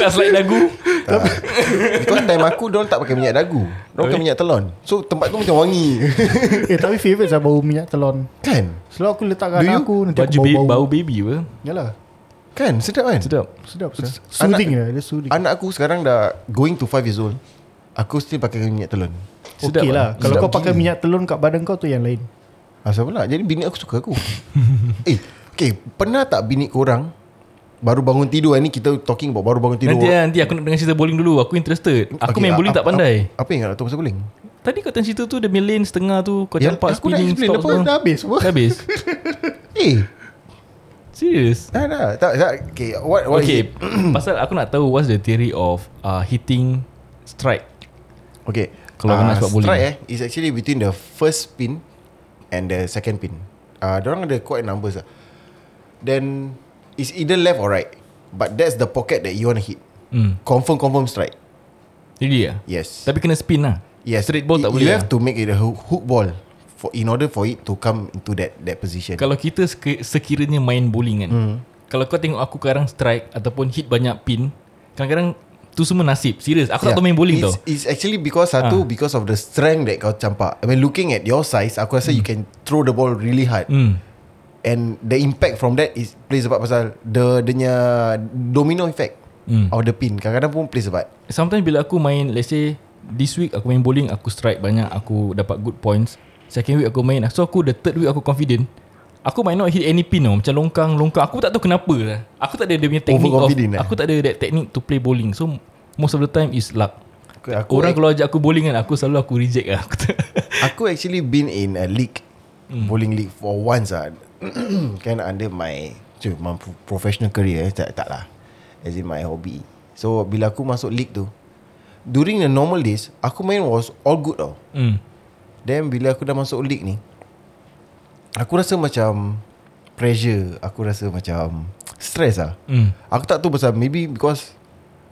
Speaker 3: Nak slide dagu.
Speaker 4: kan- because time aku dorang tak pakai minyak dagu. Dorang pakai minyak telon. So tempat tu macam wangi.
Speaker 2: eh, tapi favourite saya bau minyak telon.
Speaker 4: kan?
Speaker 2: Selalu aku letak kat
Speaker 4: Do
Speaker 2: anak
Speaker 4: you?
Speaker 2: aku nanti
Speaker 3: Baju
Speaker 2: aku
Speaker 3: bau,
Speaker 2: bau-bau.
Speaker 3: bau baby apa.
Speaker 2: Yalah.
Speaker 4: Kan? Sedap kan?
Speaker 3: Sedap.
Speaker 2: Sedap sah. Soothing lah Dia soothing
Speaker 4: Anak aku sekarang dah going to 5 years old. Aku still pakai minyak telon.
Speaker 3: sedap
Speaker 2: Okay lah
Speaker 3: lah.
Speaker 2: Kalau
Speaker 4: Sedap
Speaker 2: kau pakai
Speaker 4: gila.
Speaker 2: minyak telon Kat badan kau tu yang lain
Speaker 4: Asal pula? Jadi bini aku suka aku. eh, okay. Pernah tak bini korang baru bangun tidur ni kita talking about baru bangun tidur.
Speaker 3: Nanti lah, nanti aku nak dengar cerita bowling dulu. Aku interested. Aku
Speaker 4: Okay,
Speaker 3: main
Speaker 4: a-
Speaker 3: bowling
Speaker 4: a-
Speaker 3: tak pandai.
Speaker 4: a- Apa yang nak tahu pasal bowling?
Speaker 3: Tadi kau tengah cerita tu dia main lane setengah tu kau
Speaker 4: Ya,
Speaker 3: campak
Speaker 4: aku nak
Speaker 3: spinning
Speaker 4: explain.
Speaker 3: stop
Speaker 4: Lepas
Speaker 3: semua.
Speaker 4: dah habis apa?
Speaker 3: Dah habis.
Speaker 4: Eh,
Speaker 3: Serius.
Speaker 4: dah dah. Tak, tak. Okay, what, what is
Speaker 3: Okay,
Speaker 4: it?
Speaker 3: pasal aku nak tahu what's the theory of uh, hitting strike.
Speaker 4: Okay.
Speaker 3: Kalau
Speaker 4: Ah,
Speaker 3: kena sebab bowling.
Speaker 4: Strike eh, is actually between the first pin and the second pin. Ah, uh, orang ada quite numbers lah. Then it's either left or right. But that's the pocket that you want to hit.
Speaker 3: Hmm.
Speaker 4: Confirm, confirm strike.
Speaker 3: Really ah?
Speaker 4: Yes.
Speaker 3: Tapi kena spin lah.
Speaker 4: yes.
Speaker 3: Straight ball tak boleh.
Speaker 4: you, You
Speaker 3: lah.
Speaker 4: have to make it a hook, hook ball for in order for it to come into that that position.
Speaker 3: Kalau kita sek- sekiranya main bowling kan. Hmm. Kalau kau tengok aku sekarang strike ataupun hit banyak pin, kadang-kadang tu semua nasib. Serius, aku
Speaker 4: Ya.
Speaker 3: tak tahu main bowling
Speaker 4: it's,
Speaker 3: tau. Ah.
Speaker 4: It's actually because satu because of the strength that kau campak. I mean looking at your size, aku rasa mm. you can throw the ball really hard. Mm.
Speaker 3: Hmm.
Speaker 4: And the impact from that is plays a part pasal the the nya domino effect
Speaker 3: Mm.
Speaker 4: mm. of the pin. Kadang-kadang pun plays a part.
Speaker 3: Sometimes bila aku main Let's say This week aku main bowling Aku strike banyak Aku dapat good points Second week aku main So aku the third week aku confident Aku might not hit any pin tau Macam longkang longkang Aku tak tahu kenapa lah Aku tak ada dia punya teknik of,
Speaker 4: Overconfident eh?
Speaker 3: Aku tak ada that technique To play bowling So most of the time is luck
Speaker 4: Aku, aku,
Speaker 3: Orang kalau ajak aku bowling kan Aku selalu aku reject lah Aku tak-
Speaker 4: aku actually been in a league,
Speaker 3: Hmm.
Speaker 4: mm. bowling league for once ah. kan under my cuy, my pro- professional career eh, tak, tak lah. As in my hobby. So bila aku masuk league tu, during the normal days, aku main was all good tau.
Speaker 3: hmm.
Speaker 4: Then bila aku dah masuk league ni Aku rasa macam Pressure Aku rasa macam Stress lah
Speaker 3: Hmm.
Speaker 4: Aku tak tahu pasal Maybe because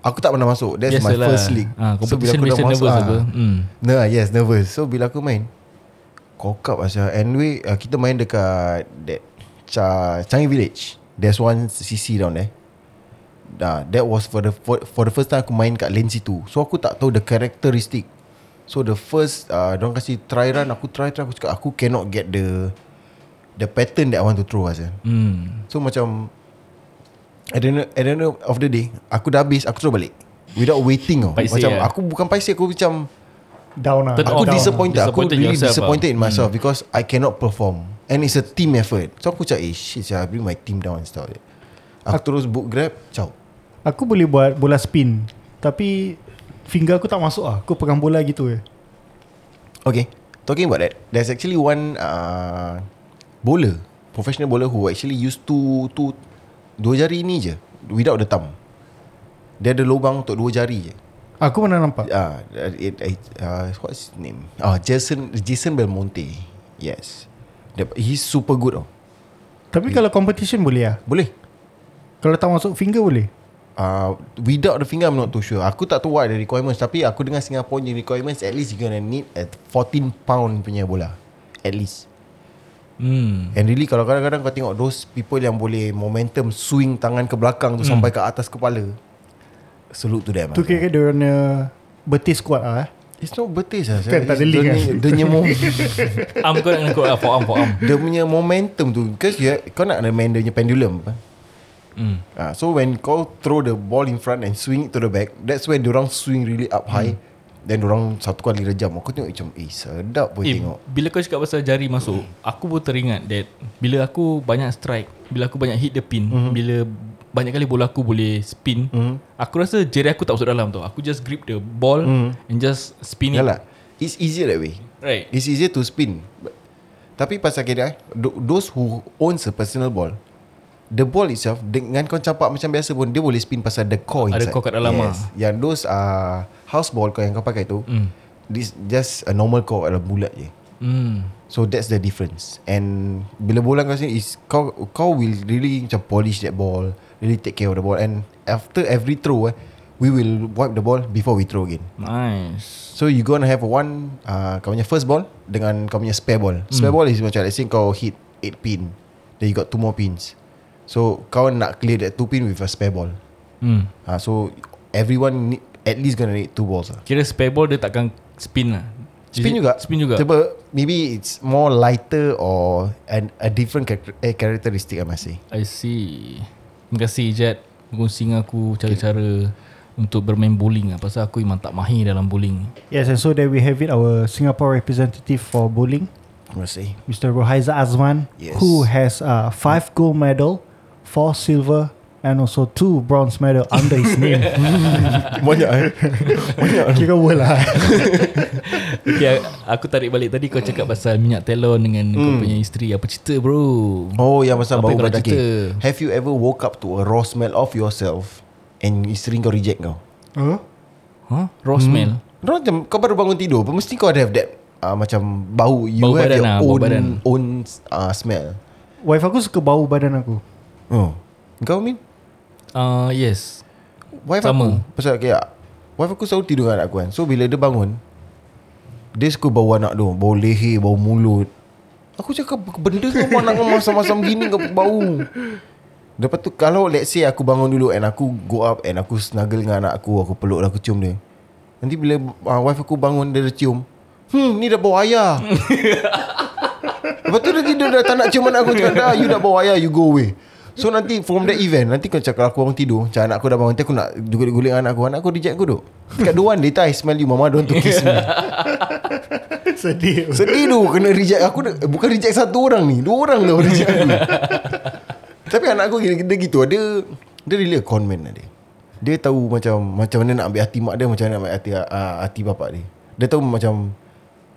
Speaker 4: Aku tak pernah masuk That's
Speaker 3: Biasalah.
Speaker 4: my first league
Speaker 3: Ah, competition biasa nervous apa. Hmm.
Speaker 4: ah. nah, Yes nervous So bila aku main Cock up Asya Anyway uh, Kita main dekat That Cha, Changi Village There's one CC down there Nah, that was for the for, for the first time aku main kat lane situ. So aku tak tahu the characteristic. So the first uh, Diorang kasi try run Aku try try Aku cakap aku cannot get the The pattern that I want to throw Asya
Speaker 3: Hmm.
Speaker 4: So macam At the, end- at the end of the day Aku dah habis Aku throw balik Without waiting tau.
Speaker 3: Paiseh
Speaker 4: Macam
Speaker 3: lah.
Speaker 4: aku bukan paiseh Aku macam
Speaker 2: Down lah.
Speaker 3: Turn
Speaker 4: Aku
Speaker 3: down.
Speaker 4: disappointed Aku
Speaker 3: Disappointed
Speaker 4: really
Speaker 3: yourself
Speaker 4: disappointed
Speaker 3: lah.
Speaker 4: in myself Because I cannot perform And it's a team effort So aku macam Eh shit sia, I bring my team down and stuff like that. Aku terus book grab Ciao
Speaker 2: Aku boleh buat bola spin. Tapi finger aku tak masuk ah. Aku pegang bola gitu je.
Speaker 4: Okay Talking about that There's actually one uh, Bowler Professional bowler Who actually use two, two Dua jari ni je Without the thumb Dia ada lubang Untuk dua jari je
Speaker 2: Aku pernah nampak.
Speaker 4: Ah, uh, it, it, uh, what's his name? Ah, Jason Jason Belmonte. Yes. The, he's super good oh.
Speaker 2: Tapi kalau competition boleh ah.
Speaker 4: Boleh.
Speaker 2: Kalau tak masuk finger boleh.
Speaker 4: Uh, without the finger I'm not too sure. Aku tak tahu what the requirements tapi aku dengar Singapore punya requirements at least you gonna need a 14 pound punya bola. At least.
Speaker 3: Hmm.
Speaker 4: And really kalau kadang-kadang kau tengok those people yang boleh momentum swing tangan ke belakang tu sampai ke atas kepala. Salute to them.
Speaker 2: Tu
Speaker 4: ah.
Speaker 2: kira dia orang punya betis kuat ah. eh.
Speaker 4: It's not betis lah.
Speaker 2: Kan, tak ada
Speaker 4: It's
Speaker 2: link,
Speaker 4: dia
Speaker 2: kan?
Speaker 4: punya- Dia punya moment.
Speaker 3: Arm kau nak ikut lah For arm, for arm.
Speaker 4: Oh, Dia punya momentum tu Because you, kau nak main dia punya pendulum apa?
Speaker 3: Hmm.
Speaker 4: Ah, so when kau throw the ball in front and swing it to the back, that's when diorang swing really up high. Then diorang satu kali rejam. Aku tengok macam, eh sedap pun
Speaker 3: Eh,
Speaker 4: tengok. Hmm.
Speaker 3: bila kau cakap pasal jari masuk, aku pun teringat that bila aku banyak strike, bila aku banyak hit the pin,
Speaker 4: Hmm.
Speaker 3: mm-hmm. bila banyak kali bola aku boleh spin, mm-hmm. aku rasa jari aku tak masuk dalam tau. Aku just grip the ball mm. and just spin it.
Speaker 4: Hmm. Yalah, it's easier that way.
Speaker 3: Right.
Speaker 4: It's easier to spin. But- Tapi pasal kira, tho- those who owns a personal ball, the ball itself, dengan kau campak macam biasa pun, dia boleh spin pasal the core
Speaker 3: Ada
Speaker 4: inside.
Speaker 3: core kat dalam
Speaker 4: Yes.
Speaker 3: ah.
Speaker 4: Yang those uh, house ball kau yang kau pakai tu, mm. this just a normal core, ada bulat je.
Speaker 3: Hmm.
Speaker 4: So that's the difference. And bila bola kau sini is kau kau will really macam polish that ball, really take care of the ball and after every throw eh, we will wipe the ball before we throw again.
Speaker 3: Nice.
Speaker 4: So you gonna have one uh, kau punya first ball dengan kau punya spare ball.
Speaker 3: Hmm.
Speaker 4: Spare ball is macam let's say kau hit 8 pin, then you got two more pins. So kau nak clear that two pin with a spare ball.
Speaker 3: Hmm.
Speaker 4: Uh, so everyone need, at least gonna need two balls lah.
Speaker 3: Kira spare ball dia takkan spin lah. Is
Speaker 4: Spin
Speaker 3: it-
Speaker 4: juga
Speaker 3: Spin juga.
Speaker 4: Tapi maybe it's more lighter Or an, a different charac- eh, characteristic I must say
Speaker 3: I see. Terima kasih Jet Mengkongsi dengan aku cara-cara untuk bermain bowling lah. Pasal aku memang tak mahir dalam bowling.
Speaker 2: Yes, and so there we have it our Singapore representative for bowling.
Speaker 4: I must say
Speaker 2: Mr. Rohaiza Azman,
Speaker 4: Yes.
Speaker 2: who has uh, five gold medal, four silver, and also two bronze medal under his name.
Speaker 4: Banyak eh
Speaker 2: Kira bola.
Speaker 3: lah. Okay, aku tarik balik tadi kau cakap pasal minyak telon dengan mm. kau
Speaker 2: Hmm.
Speaker 3: punya isteri. Apa cerita bro?
Speaker 4: Oh yang pasal
Speaker 3: Apa
Speaker 4: bau
Speaker 3: yang kau
Speaker 4: badan
Speaker 3: cerita?
Speaker 4: okay. Have you ever woke up to a raw smell of yourself And isteri kau reject kau
Speaker 2: huh?
Speaker 3: Huh? Raw
Speaker 2: Hmm.
Speaker 3: smell?
Speaker 4: Kau macam kau baru bangun tidur apa Mesti kau ada have that uh, Macam bau You
Speaker 3: Bau
Speaker 4: have
Speaker 3: badan
Speaker 4: your
Speaker 3: lah, bau
Speaker 4: own
Speaker 3: badan.
Speaker 4: own uh, smell
Speaker 2: Wife aku suka bau badan aku.
Speaker 4: oh. Kau Min
Speaker 3: Uh, yes.
Speaker 4: Wife
Speaker 3: Sama.
Speaker 4: aku Pasal okay, ah, Wife aku selalu tidur dengan anak aku kan So bila dia bangun Dia suka bau anak dia Bau leher Bau mulut Aku cakap Benda tu anak kau masam-masam gini Kau bau Lepas tu kalau let's say aku bangun dulu And aku go up And aku snuggle dengan anak aku Aku peluk dia Aku cium dia Nanti bila uh, wife aku bangun Dia dah cium Hmm ni dah bau ayah Lepas tu dia tidur dah tak nak cium anak aku Cakap dah you dah bawa ayah you go away So nanti from that event Nanti kalau cakap aku bangun tidur Macam anak aku dah bangun Nanti aku nak gulik-gulik dengan anak aku Anak aku reject aku duk Dekat doan later I smell you Mama don't to kiss me
Speaker 2: Sedih.
Speaker 4: Sedih tu Kena reject aku dah- eh, Bukan reject satu orang ni Dua orang tau reject aku Tapi anak aku dia, dia gitu Dia Dia really a con man lah dia Dia tahu macam Macam mana nak ambil hati mak dia Macam mana nak ambil hati uh, Hati bapak dia Dia tahu macam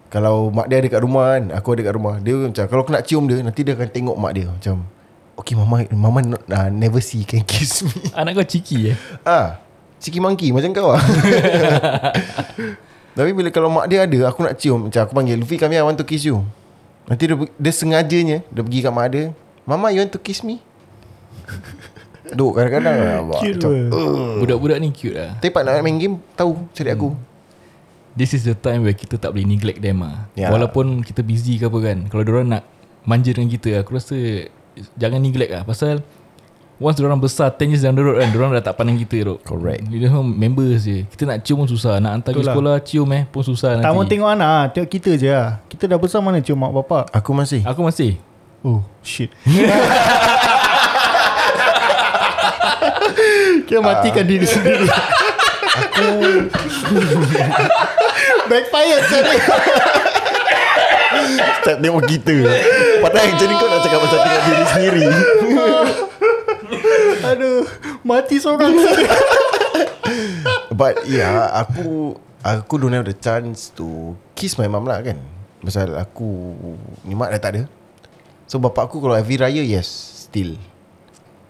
Speaker 4: Kalau mak dia ada kat rumah kan Aku ada kat rumah Dia macam Kalau aku nak cium dia Nanti dia akan tengok mak dia Macam Okay mama Mama not, uh, never see you Can kiss me
Speaker 3: Anak kau ciki eh?
Speaker 4: Ah, Ciki monkey macam kau ah. Tapi bila kalau mak dia ada Aku nak cium Macam aku panggil Luffy kami I want to kiss you Nanti dia, dia sengajanya Dia pergi kat mak dia Mama you want to kiss me Duk kadang-kadang lah, abang.
Speaker 2: Cute
Speaker 4: Macam,
Speaker 2: lah.
Speaker 4: "Ugh."
Speaker 3: Budak-budak ni cute lah.
Speaker 4: Tapi pak nak main game Tahu cari aku
Speaker 2: Hmm.
Speaker 3: This is the time where kita tak boleh neglect them ah. Yeah.
Speaker 4: Ya.
Speaker 3: Walaupun kita busy ke apa kan. Kalau diorang nak manja dengan kita, aku rasa jangan neglect lah. Pasal once diorang besar 10 years down the road kan, diorang dah tak pandang kita tu.
Speaker 4: Correct.
Speaker 3: Dia home members je. Kita nak cium pun susah. Nak hantar pergi
Speaker 2: Betul lah.
Speaker 3: sekolah cium eh pun susah
Speaker 2: Tak
Speaker 3: nanti.
Speaker 2: mau tengok anak ah, Tengok kita je ah. Kita dah besar mana cium mak bapak
Speaker 4: Aku masih
Speaker 3: Aku masih.
Speaker 2: Oh shit Kira matikan diri sendiri Backfire sekali
Speaker 4: Step tengok kita Padahal jadi kau nak cakap Macam tengok diri sendiri
Speaker 2: Aduh Mati seorang
Speaker 4: But yeah Aku Aku don't have the chance To kiss my mum lah kan Pasal aku Ni mak dah tak ada So bapak aku Kalau every raya Yes Still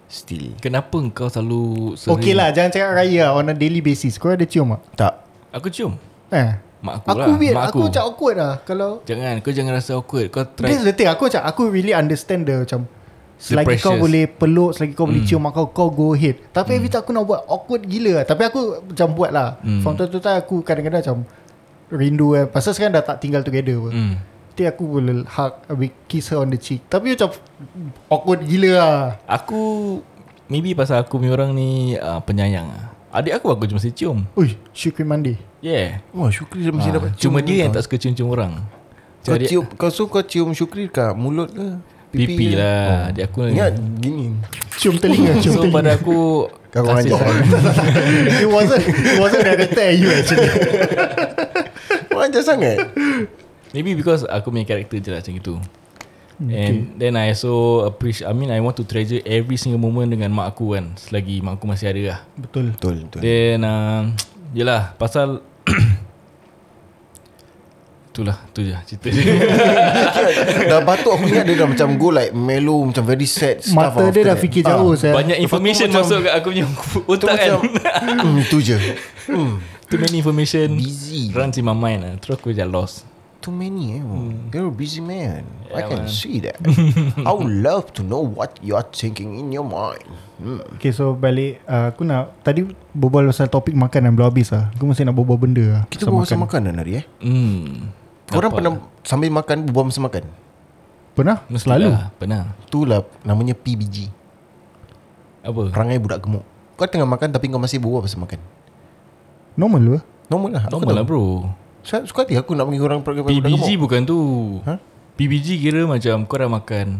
Speaker 4: Still
Speaker 3: Kenapa kau selalu sering
Speaker 2: Okay lah Jangan cakap raya On a daily basis Kau ada cium tak?
Speaker 4: Tak
Speaker 3: Aku cium.
Speaker 2: Eh
Speaker 3: Mak aku,
Speaker 2: Aku
Speaker 3: lah.
Speaker 2: weird
Speaker 3: Mak
Speaker 2: Aku macam awkward lah Kalau
Speaker 3: Jangan kau jangan rasa awkward. Kau
Speaker 2: That's
Speaker 3: try
Speaker 2: the thing Aku macam Aku really understand the Macam Selagi
Speaker 3: precious.
Speaker 2: kau boleh peluk Selagi kau
Speaker 3: Hmm.
Speaker 2: boleh cium Kau kau go ahead Tapi every time aku nak buat Awkward gila lah. Tapi aku macam buat lah
Speaker 3: Hmm.
Speaker 2: From time to time Aku kadang-kadang macam Rindu eh. Pasal sekarang dah tak tinggal together pun
Speaker 3: Hmm.
Speaker 2: Nanti aku boleh hug Habis kiss her on the cheek Tapi macam Awkward gila lah
Speaker 3: Aku maybe pasal aku punya orang ni uh, penyayang ah. Adik aku aku cuma saya cium.
Speaker 2: Ui Syukri mandi
Speaker 3: Yeah.
Speaker 4: Wah Syukri dia Oh, mesti
Speaker 3: Ah,
Speaker 4: dapat
Speaker 3: cuma dia yang tak
Speaker 4: tau.
Speaker 3: suka cium-cium orang.
Speaker 4: Kau
Speaker 3: Jadi-
Speaker 4: cium Kau so kau cium Syukri kat mulut ke
Speaker 3: Pipi
Speaker 4: ke?
Speaker 3: lah. Adik aku
Speaker 4: Ingat gini
Speaker 2: Cium telinga Cium
Speaker 3: So
Speaker 2: telinga
Speaker 3: pada aku
Speaker 4: Kau korang
Speaker 3: kasih
Speaker 4: ajak
Speaker 3: sayang.
Speaker 2: It wasn't It wasn't directed at you actually
Speaker 4: Wajar sangat
Speaker 3: Maybe because aku punya karakter je lah macam itu And then I so appreciate I mean I want to treasure every single moment dengan mak aku kan Selagi mak aku masih ada lah
Speaker 2: Betul
Speaker 4: Betul betul
Speaker 3: Then uh, Yelah Pasal Itulah tu je lah cerita dia
Speaker 4: Dah batuk aku ingat dia dah macam Go like mellow Macam very sad stuff
Speaker 2: Mata
Speaker 4: after
Speaker 2: dia dah
Speaker 4: that.
Speaker 2: fikir
Speaker 4: Ah.
Speaker 2: jauh saya.
Speaker 3: Banyak information
Speaker 4: macam-
Speaker 3: masuk kat aku punya
Speaker 4: Tu
Speaker 3: otak kan
Speaker 4: macam hmm, Tu je hmm,
Speaker 3: Too many information
Speaker 4: Busy
Speaker 3: Runs in my mind lah Terus aku macam lost
Speaker 4: Too many eh. Hmm. You're a busy man. I
Speaker 3: Yeah,
Speaker 4: can
Speaker 3: man.
Speaker 4: see that. I would love to know what you're thinking in your mind. Hmm.
Speaker 2: Okay so balik uh, Aku nak Tadi berbual pasal topik makanan Belum habis lah Aku masih nak berbual benda lah
Speaker 4: Kita
Speaker 2: pasal
Speaker 4: berbual pasal makanan hari eh.
Speaker 3: Hmm
Speaker 4: Korang pernah sambil makan berbual pasal makan?
Speaker 2: Pernah? Selalu
Speaker 3: Mestilah, Pernah
Speaker 4: Itulah namanya PBG.
Speaker 3: Apa?
Speaker 4: Perangai budak gemuk. Kau tengah makan tapi kau masih berbual pasal makan.
Speaker 2: Normal lah
Speaker 4: Normal lah.
Speaker 3: Normal lah bro
Speaker 4: Suka, suka hati aku nak panggil orang perangai budak gemuk.
Speaker 3: PBG bukan tu
Speaker 4: Ha?
Speaker 3: PBG kira macam kau dah makan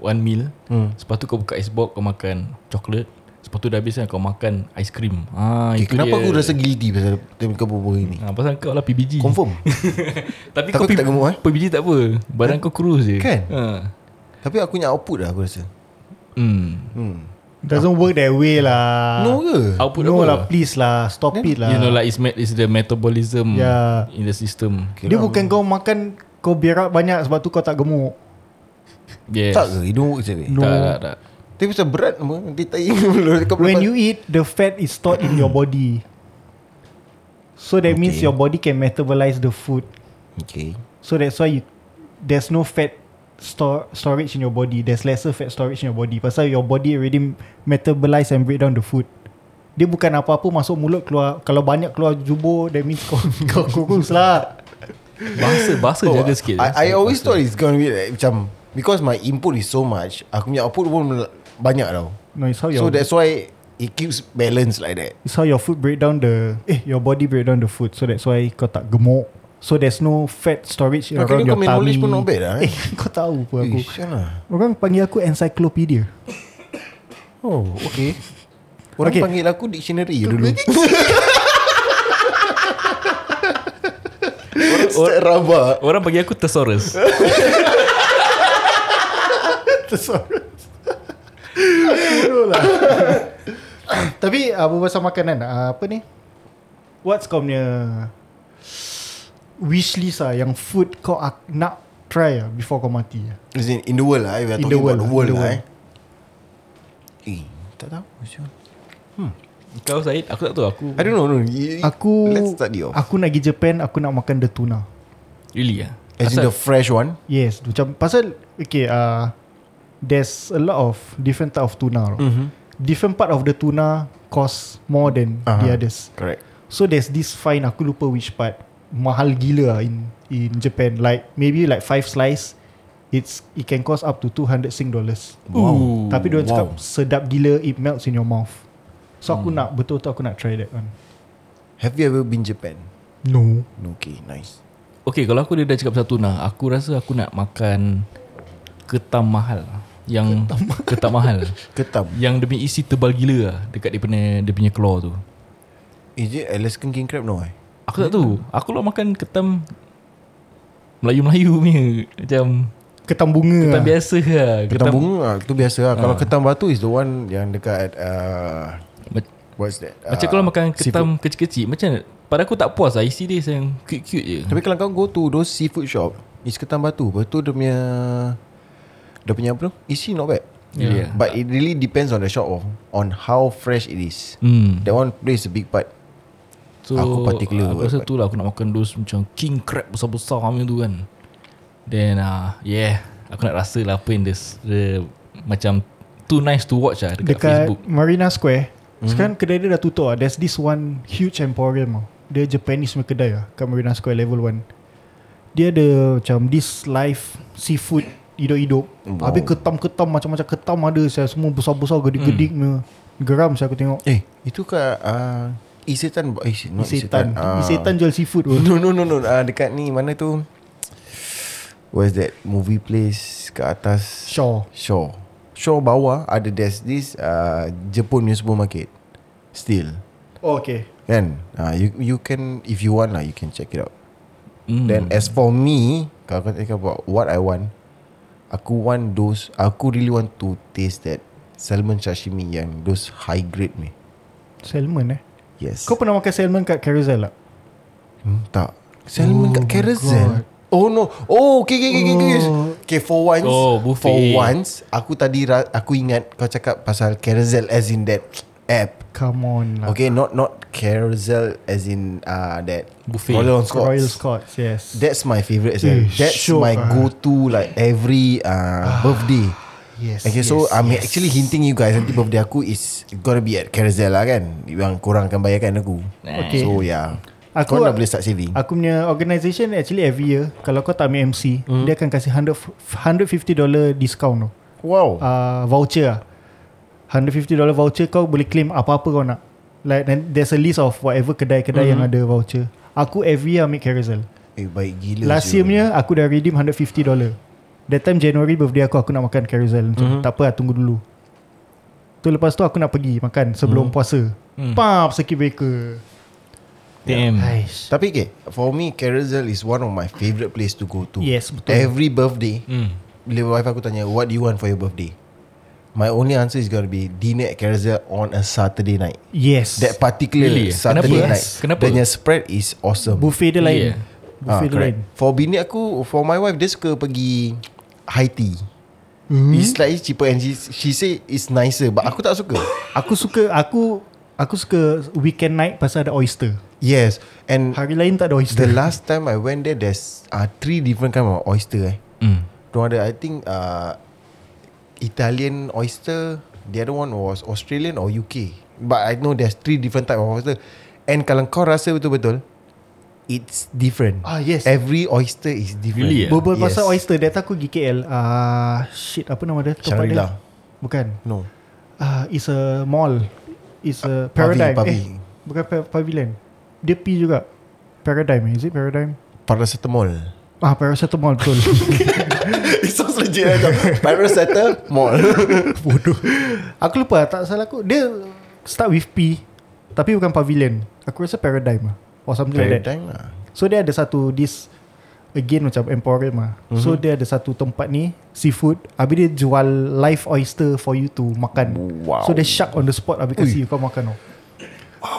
Speaker 3: One meal
Speaker 4: Hmm.
Speaker 3: Lepas tu kau buka icebox Kau makan coklat Lepas tu dah habis kan Kau makan ice cream ah,
Speaker 4: Okay,
Speaker 3: itu
Speaker 4: kenapa
Speaker 3: dia.
Speaker 4: aku rasa guilty pasal time kau berbual ini?
Speaker 3: ah, Pasal kau lah PBG
Speaker 4: Confirm.
Speaker 3: Tapi kau
Speaker 4: Takut
Speaker 3: P-
Speaker 4: tak gemuk, eh?
Speaker 3: PBG tak apa Badan kau kurus je
Speaker 4: Kan?
Speaker 3: ha.
Speaker 4: tapi aku punya output lah aku rasa.
Speaker 3: hmm.
Speaker 4: Hmm.
Speaker 2: Doesn't work that way
Speaker 3: Ah.
Speaker 2: lah.
Speaker 4: No ke?
Speaker 3: Output
Speaker 2: no
Speaker 3: apa?
Speaker 2: lah, please lah, stop it lah. Ya.
Speaker 3: You know like it's, met, it's the metabolism
Speaker 2: Yeah.
Speaker 3: in the system.
Speaker 2: Dia bukan kau makan kau berak banyak sebab tu kau tak gemuk.
Speaker 3: Yes.
Speaker 4: Tak ke? It don't work macam ni.
Speaker 2: No.
Speaker 3: Tak, tak, tak.
Speaker 4: Tapi pasal berat apa? Nanti tak ingin dulu. Kau
Speaker 2: When
Speaker 4: lepas-
Speaker 2: you eat, the fat is stored in your body. So that means
Speaker 4: Okay.
Speaker 2: your body can metabolize the food.
Speaker 4: Okay.
Speaker 2: So that's why you, there's no fat store, storage in your body. There's lesser fat storage in your body. Pasal your body already metabolize and break down the food. Dia bukan apa-apa masuk mulut keluar. Kalau banyak keluar jubur, that means kau, kau kurus lah.
Speaker 3: Bahasa bahasa
Speaker 4: Oh,
Speaker 3: jaga eh. sikit.
Speaker 4: I, I always thought it's gonna be like, macam because my input is so much, aku punya output pun mel- banyak tau.
Speaker 2: No, it's how your
Speaker 4: So that's why it keeps balance like that.
Speaker 2: It's how your food break down the eh your body break down the food so that's why kau tak gemuk. So there's no fat storage
Speaker 4: Kau
Speaker 2: around
Speaker 4: kira
Speaker 2: your
Speaker 4: kau main
Speaker 2: tummy.
Speaker 4: knowledge pun not bad lah, eh?
Speaker 2: Eh kau tahu pun aku.
Speaker 4: Ish, lah.
Speaker 2: Orang panggil aku encyclopedia.
Speaker 4: Oh, okay. Orang
Speaker 2: Okay.
Speaker 4: okay. panggil aku dictionary dulu. Orang start rabak.
Speaker 3: Orang bagi aku thesaurus.
Speaker 2: Tapi apa pasal makanan? ah, Apa ni? What's kau punya wish list ah yang food kau ak- nak try ah before kau mati ah?
Speaker 4: As in, in the world lah. eh, We are
Speaker 2: In
Speaker 4: talking
Speaker 2: the world,
Speaker 4: about the
Speaker 2: in
Speaker 4: world
Speaker 2: the
Speaker 4: lah.
Speaker 2: world.
Speaker 4: Eh. Eh, tak tahu. Syul.
Speaker 3: Kau Said, aku tak tahu aku.
Speaker 4: I don't know. No. You-
Speaker 2: Aku
Speaker 4: Let's start you off.
Speaker 2: aku nak pergi Japan, aku nak makan the tuna.
Speaker 3: Really ah.
Speaker 4: As in the fresh one.
Speaker 2: Yes, macam pasal okay, uh, there's a lot of different type of tuna. Mm-hmm. Different part of the tuna cost more than uh-huh. the
Speaker 4: Aha.
Speaker 2: others.
Speaker 4: Correct.
Speaker 2: So there's this fine aku lupa which part mahal gila lah in in Japan. Like maybe like five slice, it's it can cost up to 200 Sing dollars.
Speaker 3: Ooh,
Speaker 2: Tapi dia orang cakap
Speaker 4: wow.
Speaker 2: sedap gila, it melts in your mouth. So aku nak betul-betul aku nak try that one.
Speaker 4: Have you ever been Japan?
Speaker 2: No.
Speaker 4: No, okay, nice.
Speaker 3: Okay, kalau aku dia dah cakap pasal tuna, aku rasa aku nak makan ketam mahal. Yang ketam, mahal.
Speaker 4: Ketam.
Speaker 3: yang demi isi tebal gila lah dekat dia punya dia punya claw tu.
Speaker 4: Is it Alaskan king crab? No, eh?
Speaker 3: Aku tak tahu. Aku lah makan ketam Melayu-Melayu punya. Macam
Speaker 2: Ketam bunga.
Speaker 3: ketam
Speaker 2: Ketam
Speaker 3: biasa lah.
Speaker 4: Ah. Ketam bunga ah, Itu biasa lah Kalau ketam batu Is the one yang dekat uh,
Speaker 3: Mac-
Speaker 4: What's that Ah,
Speaker 3: Macam kalau makan ketam
Speaker 4: seafood.
Speaker 3: kecil-kecil Macam pada aku tak puas lah Isi dia yang cute-cute je
Speaker 4: Tapi kalau kau go to Those seafood shop Is ketam batu Lepas tu dia punya Dia punya apa tu Isi not bad
Speaker 3: Yeah.
Speaker 4: But it really depends on the shop of, On how fresh it is
Speaker 3: Hmm.
Speaker 4: That one plays a big part
Speaker 3: So
Speaker 4: Aku particular
Speaker 3: Aku rasa
Speaker 4: buat-
Speaker 3: tu lah Aku nak makan those Macam king crab besar-besar Macam tu kan Then uh, Yeah Aku nak rasa lah Apa yang dia, s- dia Macam Too nice to watch lah Dekat,
Speaker 2: Dekat
Speaker 3: Facebook
Speaker 2: Marina Square
Speaker 4: Mhm.
Speaker 2: mm-hmm. Sekarang kedai dia dah tutup lah There's this one Huge emporium lah. Dia Japanese punya kedai lah Kat Marina Square level 1 Dia ada Macam this live Seafood Hidup-hidup wow.
Speaker 4: Wow.
Speaker 2: Habis ketam-ketam Macam-macam ketam ada saya Semua besar-besar Gedik-gedik mm. Geram saya aku tengok
Speaker 4: Hmm. Eh Itu ke uh, Isetan eh, not
Speaker 2: Isetan
Speaker 4: ah.
Speaker 2: Isetan jual seafood pun
Speaker 4: No no no no uh, Dekat ni Mana tu Where's that Movie place Kat atas
Speaker 2: Shaw
Speaker 4: Shaw Shaw bawah Ada there's this uh, Jepun punya supermarket Still
Speaker 2: Oh okay
Speaker 4: Kan uh, you, you can If you want lah You can check it out mm. Then as for me Kalau kau cakap about What I want Aku want those Aku really want to taste that Salmon sashimi Yang those high grade ni
Speaker 2: Salmon eh
Speaker 4: Yes
Speaker 2: Kau pernah makan salmon kat carousel tak?
Speaker 4: Hmm, tak. Salmon oh kat carousel. Oh no. Oh, okay, okay, okay, okay, okay. Okay, for once.
Speaker 3: Oh, buffet.
Speaker 4: For once, aku tadi ra- aku ingat kau cakap pasal carousel as in that app.
Speaker 2: Come on lah
Speaker 4: Okay, not not carousel as in uh, that
Speaker 3: Buffet.
Speaker 4: Royal Scots.
Speaker 2: Royal Scots yes
Speaker 4: That's my favorite as well.
Speaker 2: Eh,
Speaker 4: That's
Speaker 2: shiok
Speaker 4: my
Speaker 2: ah.
Speaker 4: go-to like every uh, birthday.
Speaker 2: Yes
Speaker 4: Okay, so I'm actually hinting you guys nanti birthday aku is gonna be at carousel lah kan. Yang korang akan bayarkan aku.
Speaker 2: Okay.
Speaker 4: So yeah.
Speaker 2: Aku-
Speaker 4: Kau nak boleh start saving.
Speaker 2: Aku punya organisation actually every year Kalau kau tak ambil MC mm. Dia akan kasih 100, 150 dollar discount tu
Speaker 4: wow.
Speaker 2: uh, Voucher lah 150 dollar voucher kau boleh claim apa-apa kau nak Like then there's a list of whatever kedai-kedai mm-hmm. yang ada voucher Aku every year ambil carousel
Speaker 4: Eh baik gila
Speaker 2: Last
Speaker 4: Zul.
Speaker 2: year punya aku dah redeem 150 dollar That time January birthday aku Aku nak makan carousel mm-hmm. Tak apa lah, tunggu dulu Tu lepas tu aku nak pergi makan sebelum mm. puasa mm. Pap circuit breaker
Speaker 3: Damn
Speaker 4: Ya,
Speaker 2: Aish.
Speaker 4: Tapi okay For me Carousel is one of my favourite place to go to
Speaker 2: Yes, betul.
Speaker 3: Hmm.
Speaker 4: Every birthday Bila wife aku tanya What do you want for your birthday My only answer is going to be dinner at Carousel on a Saturday night.
Speaker 2: Yes.
Speaker 4: That particular
Speaker 3: Really?
Speaker 4: really? Saturday
Speaker 3: Kenapa?
Speaker 4: Kenapa? night.
Speaker 3: Yes. Kenapa?
Speaker 4: Then your spread is awesome.
Speaker 2: buffet dia lain.
Speaker 3: Yeah.
Speaker 4: Ah,
Speaker 2: Buffet dia lain.
Speaker 4: correct. For bini aku For my wife Dia suka pergi High tea mm-hmm. It's slightly cheaper And she, she say It's nicer But aku tak suka
Speaker 2: Aku suka aku aku suka weekend night pasal ada oyster.
Speaker 4: Yes And
Speaker 2: Hari lain tak ada
Speaker 4: The
Speaker 2: oyster.
Speaker 4: last time I went there There's uh, Three different kind of oyster eh
Speaker 3: Mm.
Speaker 4: Don't ada I think uh, Italian oyster The other one was Australian or UK But I know there's Three different type of oyster And kalau kau rasa betul-betul It's different
Speaker 2: Ah, yes.
Speaker 4: Every oyster is different
Speaker 3: Really, eh?
Speaker 2: Berbual
Speaker 4: Yes.
Speaker 2: pasal oyster That time aku pergi KL uh, Shit apa nama dia Tempat
Speaker 4: Shangri-La.
Speaker 2: dia? Bukan
Speaker 4: No
Speaker 2: uh, It's a mall It's a paradigm
Speaker 4: Pavi.
Speaker 2: Eh, Bukan pa- pavilion Dia P juga Paradigm eh? Is it paradigm
Speaker 4: Paracetamol
Speaker 2: Ah paracetamol betul
Speaker 4: It sounds legit
Speaker 2: eh,
Speaker 4: lah macam Paracetamol
Speaker 2: Bodoh Aku lupa tak salah aku Dia start with P Tapi bukan pavilion Aku rasa paradigm lah, Or something like that
Speaker 4: Paradigm lah
Speaker 2: So dia ada satu This Again macam emporium lah mm-hmm. So dia ada satu tempat ni Seafood Habis dia jual Live oyster For you to makan
Speaker 4: Wow.
Speaker 2: So dia shark on the spot Habis kasi you kau makan tau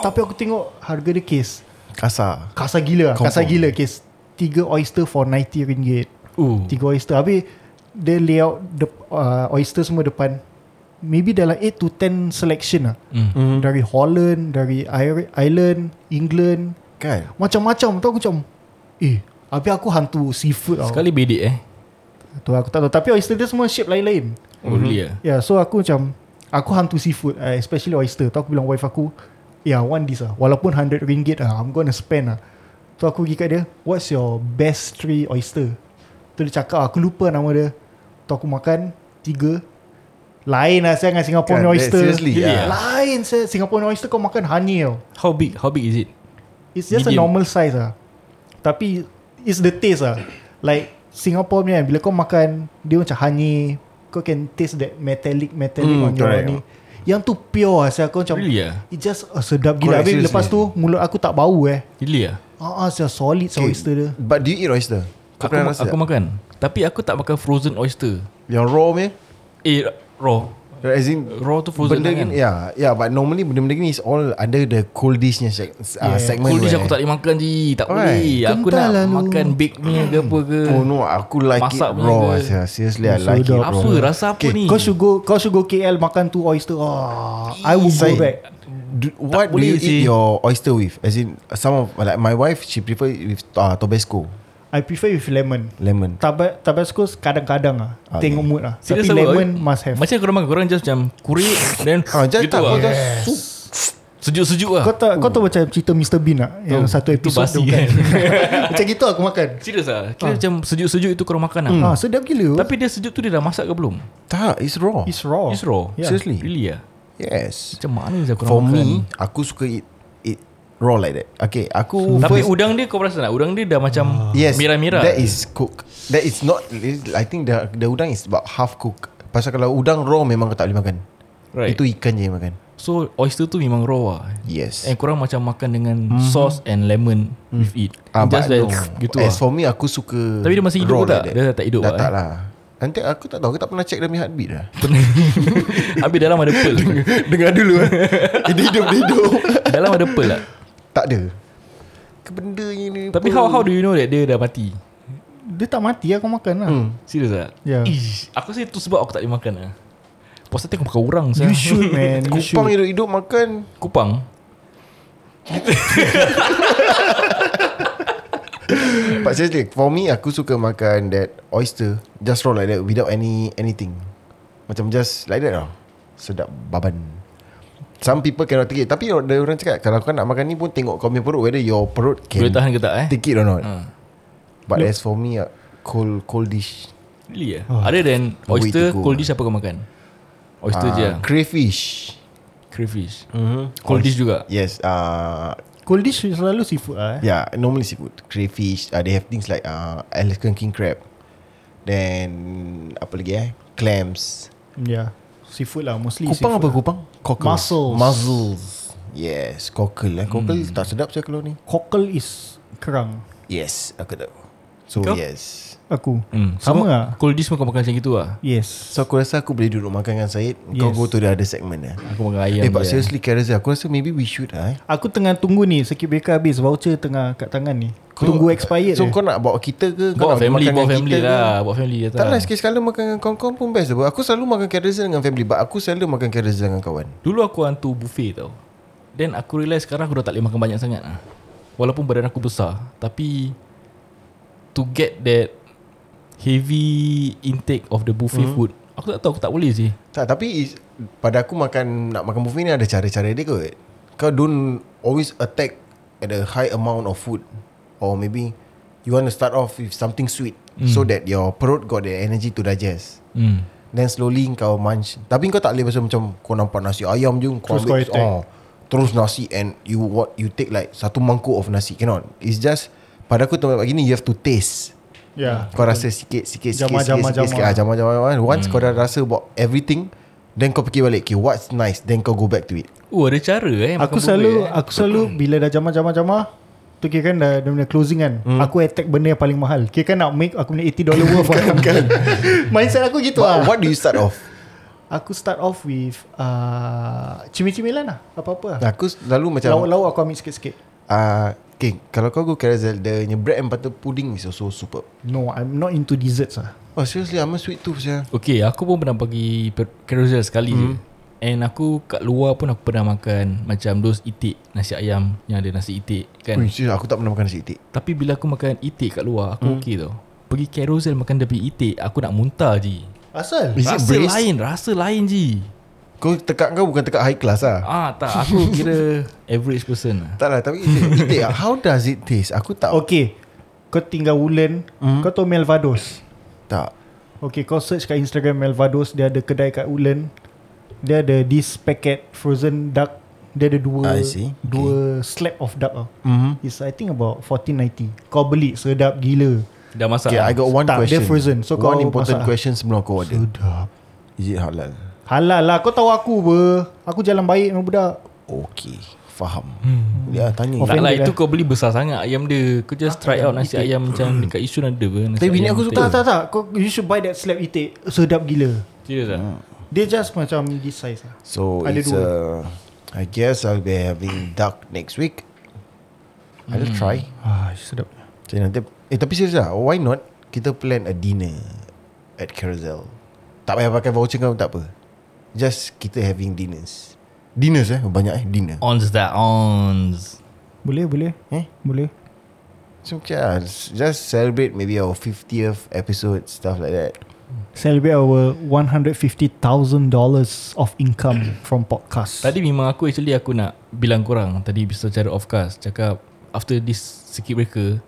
Speaker 2: Tapi aku tengok Harga dia case
Speaker 4: Kasar
Speaker 2: Kasar gila lah
Speaker 4: Confirm.
Speaker 2: Kasar gila case Tiga oyster for 90 ringgit
Speaker 3: Ooh.
Speaker 2: Tiga oyster Habis Dia layout the, uh, Oyster semua depan Maybe dalam 8 to 10 selection lah mm. Dari Holland Dari Ire- Ireland England
Speaker 4: Kan
Speaker 2: macam-macam Tahu aku macam Eh Habis aku hantu seafood tau
Speaker 3: Sekali bedik eh.
Speaker 2: tu, Aku tak tahu Tapi oyster dia semua shape lain-lain
Speaker 4: Mhm.
Speaker 3: Boleh lah.
Speaker 2: Ya yeah, so aku macam Aku hantu seafood uh, Especially oyster Tu aku bilang wife aku Ya yeah, want this lah Walaupun 100 ringgit lah I'm gonna spend lah Tu aku pergi kat dia What's your best three oyster Tu dia cakap Aku lupa nama dia Tu aku makan Tiga Lain lah saya dengan Singapore
Speaker 4: Kan,
Speaker 2: punya oyster Lah,
Speaker 4: seriously,
Speaker 3: yeah.
Speaker 2: Lain saya Singapore punya oyster kau makan honey tau
Speaker 3: How big? How big is it?
Speaker 2: It's just Medium. a
Speaker 3: Medium.
Speaker 2: normal size lah Tapi It's the taste lah Like Singapore ni kan Bila kau makan Dia macam honey Kau can taste that Metallic Metallic
Speaker 4: Hmm,
Speaker 2: on your
Speaker 4: correct.
Speaker 2: ni Yang tu pure lah Saya kau macam
Speaker 3: Really ah?
Speaker 2: It just uh, sedap gila
Speaker 4: Correct,
Speaker 2: Habis lepas tu
Speaker 4: seriously.
Speaker 2: Mulut aku tak bau eh
Speaker 3: Really lah.
Speaker 2: Ah, ah saya solid okay. oyster dia
Speaker 4: But do you eat oyster? Kau
Speaker 3: Aku, ma-
Speaker 4: pernah rasa
Speaker 3: aku
Speaker 4: tak?
Speaker 3: makan. Tapi aku tak makan frozen oyster.
Speaker 4: Yang raw punya
Speaker 3: Eh, raw.
Speaker 4: As in
Speaker 3: Raw tu frozen lah
Speaker 4: Benda
Speaker 3: kan?
Speaker 4: gini yeah, yeah but normally Benda-benda gini is all Under the cold dish nya seg- yeah. uh, segment
Speaker 3: Cold dish
Speaker 4: where-
Speaker 3: aku tak boleh makan je Tak
Speaker 4: Alright.
Speaker 3: boleh Aku
Speaker 2: Kental
Speaker 3: nak
Speaker 2: lah lu.
Speaker 3: makan bake ni ke apa ke
Speaker 4: Oh no Aku like
Speaker 3: Masak
Speaker 4: it
Speaker 3: punya
Speaker 4: raw
Speaker 3: ke?
Speaker 4: Asya. Seriously I like it
Speaker 2: sedap.
Speaker 4: raw
Speaker 3: Apa rasa apa ni
Speaker 2: Kau should go Kau should go KL Makan tu oyster oh, I will go
Speaker 4: Syed,
Speaker 2: back
Speaker 4: do, What do
Speaker 3: boleh
Speaker 4: you eat
Speaker 3: sih.
Speaker 4: your oyster with? As in Some of Like my wife She prefer it with uh, Tobasco
Speaker 2: I prefer with lemon
Speaker 4: Lemon
Speaker 2: Tab- Tabasco kadang-kadang lah
Speaker 4: Okay.
Speaker 2: Tengok mood lah
Speaker 3: Serious
Speaker 2: Tapi
Speaker 3: apa?
Speaker 2: lemon must have
Speaker 3: Macam korang makan Korang just macam Kurik Then
Speaker 4: Ah, just
Speaker 3: gitu
Speaker 4: tak,
Speaker 3: lah
Speaker 4: kau just
Speaker 3: Sejuk-sejuk lah
Speaker 2: Kau tak kau tahu macam cerita Mr Bean tak? Yang
Speaker 3: Tahu.
Speaker 2: satu
Speaker 3: Itu
Speaker 2: episod
Speaker 3: basi
Speaker 2: tu kan.
Speaker 3: kan?
Speaker 2: macam gitu aku makan.
Speaker 3: Serius lah Kira macam sejuk-sejuk itu korang makan lah
Speaker 2: Hmm. Ah, sedap gila.
Speaker 3: Tapi dia sejuk tu Dia dah masak ke belum?
Speaker 4: Tak it's raw
Speaker 2: it's raw.
Speaker 3: It's raw
Speaker 2: Yeah.
Speaker 4: Seriously
Speaker 3: Really lah
Speaker 4: Yes
Speaker 3: Macam mana je korang
Speaker 4: For
Speaker 3: makan
Speaker 4: me Aku suka eat Eat raw like that Okay aku
Speaker 3: Tapi
Speaker 4: first, Ah.
Speaker 3: udang dia kau rasa tak? Udang dia dah macam
Speaker 4: Yes
Speaker 3: Merah-merah
Speaker 4: That is cook That is not I think the, the udang is about half cook Pasal kalau udang raw Memang kau tak boleh makan
Speaker 3: Right
Speaker 4: Itu ikan je yang makan
Speaker 3: So oyster tu memang raw lah
Speaker 4: Yes
Speaker 3: And korang macam makan dengan Sauce and lemon With it
Speaker 4: Mhm. Ah,
Speaker 3: Just
Speaker 4: but
Speaker 3: like
Speaker 4: no.
Speaker 3: Gitu lah
Speaker 4: As for me aku suka
Speaker 3: Tapi dia masih hidup
Speaker 4: raw
Speaker 3: ke tak?
Speaker 4: that.
Speaker 3: Dia tak hidup
Speaker 4: Dah
Speaker 3: lah,
Speaker 4: tak
Speaker 3: eh?
Speaker 4: lah Nanti aku tak tahu Aku tak pernah check dia punya heartbeat lah
Speaker 3: Habis dalam ada pearl
Speaker 4: Dengar dulu eh Dia hidup Dia hidup
Speaker 3: Dalam ada pearl lah
Speaker 4: Tak ada Ke benda ni
Speaker 3: Tapi how how do you know that dia dah mati?
Speaker 2: Dia tak mati aku makan lah. Hmm.
Speaker 3: Serius tak?
Speaker 2: Ya.
Speaker 3: Ish, aku rasa itu sebab aku tak boleh makan lah. Pasal tadi aku makan orang
Speaker 2: You
Speaker 3: saya.
Speaker 2: should man. You
Speaker 4: Kupang
Speaker 2: should.
Speaker 4: hidup-hidup makan
Speaker 3: Kupang.
Speaker 4: But seriously For me aku suka makan That oyster Just raw like that Without any anything Macam just like that lah Sedap baban Some people cannot take it Tapi ada orang cakap Kalau kau nak makan ni pun Tengok kau punya perut Whether your perut
Speaker 3: Boleh
Speaker 4: Can
Speaker 3: tahan ke tak eh?
Speaker 4: take it or not
Speaker 3: Ha.
Speaker 4: But as for me uh, Cold cold dish
Speaker 3: Really ya? Other than
Speaker 4: way
Speaker 3: oyster,
Speaker 4: Ah. to go.
Speaker 3: cold dish apa kau makan? Oyster
Speaker 4: Ah, Mm-hmm.
Speaker 3: je lah.
Speaker 4: Crayfish
Speaker 3: Crayfish. Cold dish juga.
Speaker 4: Yes uh,
Speaker 2: Cold dish selalu seafood lah. Eh.
Speaker 4: Yeah Normally seafood Crayfish uh, They have things like uh, Alaskan king crab Then Apa lagi eh Clams
Speaker 2: Yeah. Ya. Seafood lah mostly.
Speaker 4: Kupang apa
Speaker 2: seafood.
Speaker 4: kupang? Cockle
Speaker 2: Mussels.
Speaker 4: Mussels Yes
Speaker 3: Hmm.
Speaker 4: Cockle eh. Cockle tak sedap saya kalau ni
Speaker 2: Cockle is kerang.
Speaker 4: Yes Aku tahu So
Speaker 2: Kau?
Speaker 4: Kau? yes
Speaker 2: Aku
Speaker 3: Hmm.
Speaker 2: Sama
Speaker 3: Semua-
Speaker 2: lah
Speaker 3: Cold dish pun kau makan macam gitu lah
Speaker 2: Yes
Speaker 4: So aku rasa aku boleh duduk makan dengan Syed yes. Kau
Speaker 2: Yes.
Speaker 4: go to the other segment lah
Speaker 3: Aku makan ayam
Speaker 4: Eh but
Speaker 3: dia.
Speaker 4: seriously Carousel Aku rasa maybe we should lah eh.
Speaker 2: Aku tengah tunggu ni Sikit BK habis Voucher tengah kat tangan ni Tunggu expired je.
Speaker 4: So kau nak bawa kita ke Kau
Speaker 3: Bawa
Speaker 4: nak pergi
Speaker 3: family
Speaker 4: makan
Speaker 3: Bawa
Speaker 4: dengan
Speaker 3: family
Speaker 4: kita ke?
Speaker 3: lah Bawa family
Speaker 4: Tak lah
Speaker 3: datang
Speaker 4: sekali-sekala makan dengan kawan-kawan pun best apa. Aku selalu makan carousel dengan family But aku selalu makan carousel dengan kawan
Speaker 3: Dulu aku hantu buffet tau Then aku realise sekarang aku dah tak boleh makan banyak sangat lah Walaupun badan aku besar Tapi To get that Heavy intake of the buffet food Aku tak tahu aku tak boleh sih
Speaker 4: Tak tapi is, Pada aku makan Nak makan buffet ni ada cara-cara dia kot Kau don't always attack At a high amount of food Or maybe You want to start off with something sweet
Speaker 2: Hmm.
Speaker 4: mm. So that your perut got the energy to digest
Speaker 3: hmm.
Speaker 4: Then slowly kau munch Tapi kau tak boleh pasal macam Kau nampak nasi ayam je Kau
Speaker 2: Terus kau
Speaker 4: ambil
Speaker 2: attack.
Speaker 4: oh, Terus nasi And you what you take like Satu mangkuk of nasi Cannot It's just Pada aku tempat gini You have to taste
Speaker 2: Ya
Speaker 4: Kau rasa sikit Sikit sikit
Speaker 2: Jamah,
Speaker 4: sikit,
Speaker 2: jamah,
Speaker 4: sikit,
Speaker 2: jamah.
Speaker 4: sikit, Ah, jamah, jamah, jamah.
Speaker 3: Hmm.
Speaker 4: Once kau dah rasa about everything Then kau fikir balik Okay what's nice Then kau go back to it
Speaker 3: Oh ada cara eh makan
Speaker 2: Aku
Speaker 3: buffet,
Speaker 2: selalu
Speaker 3: eh.
Speaker 2: Aku selalu Bila dah jamah-jamah-jamah Tu kira kan dah, dah punya closing kan Aku attack benda yang paling mahal Kira kan nak make Aku punya 80 dollar worth kan, kan. Mindset aku gitu lah
Speaker 4: But what do you start off
Speaker 2: Aku start off with uh, Cimil-cimilan lah Apa-apa lah
Speaker 4: Aku selalu macam
Speaker 2: Lauk-lauk aku ambil sikit-sikit
Speaker 4: ah, Okay Kalau kau go carousel The punya bread and butter pudding Is also superb
Speaker 2: No I'm not into desserts lah
Speaker 4: Oh seriously I'm a sweet tooth yeah.
Speaker 3: Okay aku pun pernah pergi per- Carousel sekali hmm. je And aku kat luar pun aku pernah makan Macam those itik Nasi ayam Yang ada nasi itik kan
Speaker 4: Ui, serious, aku tak pernah makan nasi itik
Speaker 3: Tapi bila aku makan itik kat luar Aku hmm. okay tau Pergi carousel makan dia punya itik Aku nak muntah je
Speaker 2: Asal?
Speaker 4: Is it
Speaker 3: Rasa
Speaker 4: braised?
Speaker 3: lain Rasa lain je
Speaker 4: Kau tekak kau bukan tekak high class lah
Speaker 3: Ah tak Aku kira average person lah
Speaker 4: Tak lah tapi itik, itik How does it taste Aku tak
Speaker 2: Okay Kau tinggal Ulen Kau tahu Melvados
Speaker 4: Tak
Speaker 2: Okay kau search kat Instagram Melvados Dia ada kedai kat Ulen Dia ada this packet Frozen duck Dia ada dua
Speaker 4: I see.
Speaker 2: Dua slab of duck tau mm-hmm. It's I think about 14.90 Kau beli sedap gila
Speaker 3: Dah masak
Speaker 4: Okay
Speaker 3: lah.
Speaker 4: I got one
Speaker 2: Tak,
Speaker 4: question
Speaker 2: dia frozen. So,
Speaker 4: One
Speaker 2: kau
Speaker 4: important
Speaker 2: masak. lah.
Speaker 4: question Sebelum aku order
Speaker 2: Sedap
Speaker 4: Is it halal
Speaker 2: Halal lah kau tahu aku ber Aku jalan baik dengan budak
Speaker 4: Okay Faham hmm. Ya tanya
Speaker 3: Tak lah
Speaker 2: Offended
Speaker 3: itu
Speaker 2: lah.
Speaker 3: kau beli besar sangat ayam dia Kau just try out nasi ayam macam dekat Yishun ada apa nasi
Speaker 2: Eh,
Speaker 4: Tapi bini
Speaker 3: ayam
Speaker 4: aku
Speaker 3: itik.
Speaker 2: Tak tak tak kau, You should buy that slab itik Sedap gila
Speaker 3: Serius tak?
Speaker 4: Hmm.
Speaker 2: Dia just macam this size lah
Speaker 4: So
Speaker 2: Ada
Speaker 4: it's
Speaker 2: dua.
Speaker 4: uh, I guess I'll be having duck next week I'll try
Speaker 2: ah, Sedap
Speaker 4: So nanti Eh tapi serius lah Why not Kita plan a dinner At Carousel Tak payah pakai voucher kau tak apa Just kita having dinners Dinners eh Banyak eh dinner
Speaker 2: Oh.
Speaker 3: Ons that ons
Speaker 2: Boleh boleh
Speaker 4: Eh?
Speaker 2: Boleh
Speaker 4: So okay lah Just celebrate maybe our 50th episode Stuff like that
Speaker 2: Celebrate our $150,000 of income from podcast
Speaker 3: Tadi memang aku actually aku nak bilang korang Tadi secara off cast Cakap after this circuit breaker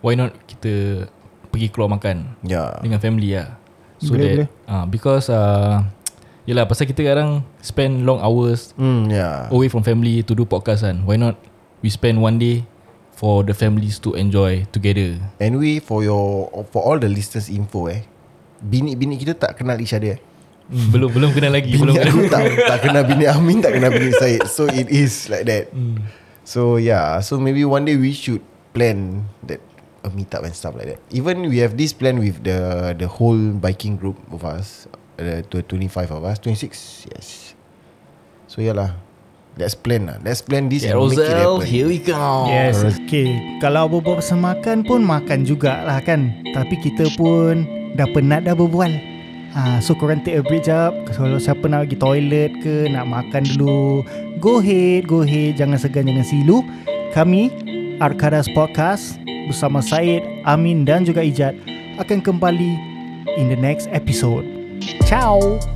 Speaker 3: Why not kita pergi keluar makan
Speaker 4: Yeah
Speaker 3: Dengan family lah So
Speaker 2: Boleh, boleh.
Speaker 3: that Ah, Because uh, Yelah pasal kita kadang Spend long hours
Speaker 4: Hmm yeah
Speaker 3: Ah. away from family to do podcast kan Why not we spend one day for the families to enjoy together
Speaker 4: Anyway for your For all the listeners info eh Bini-bini kita tak kenal each other eh
Speaker 3: hmm, Belum belum kenal lagi belum
Speaker 4: Bini
Speaker 3: kenal.
Speaker 4: aku tak, tak kena bini Amin Tak kena bini Syed So it is like that
Speaker 3: Hmm.
Speaker 4: So yeah So maybe one day we should Plan That A meet up and stuff like that Even we have this plan With the The whole biking group Of us uh, the 25 of us 26 Yes So yeah lah Let's plan lah Let's plan this And make it
Speaker 3: Carousel,
Speaker 4: happen
Speaker 3: here we
Speaker 5: Oh.
Speaker 3: come
Speaker 2: Yes Okay Kalau berbual pasal makan pun Makan jugalah kan Tapi kita pun Dah penat dah berbual ha, So korang take a break jap Kalau siapa nak pergi toilet ke Nak makan dulu Go ahead Go ahead Jangan segan jangan silu Kami Arkadas Podcast Bersama Syed Amin dan juga Ijat Akan kembali In the next episode Ciao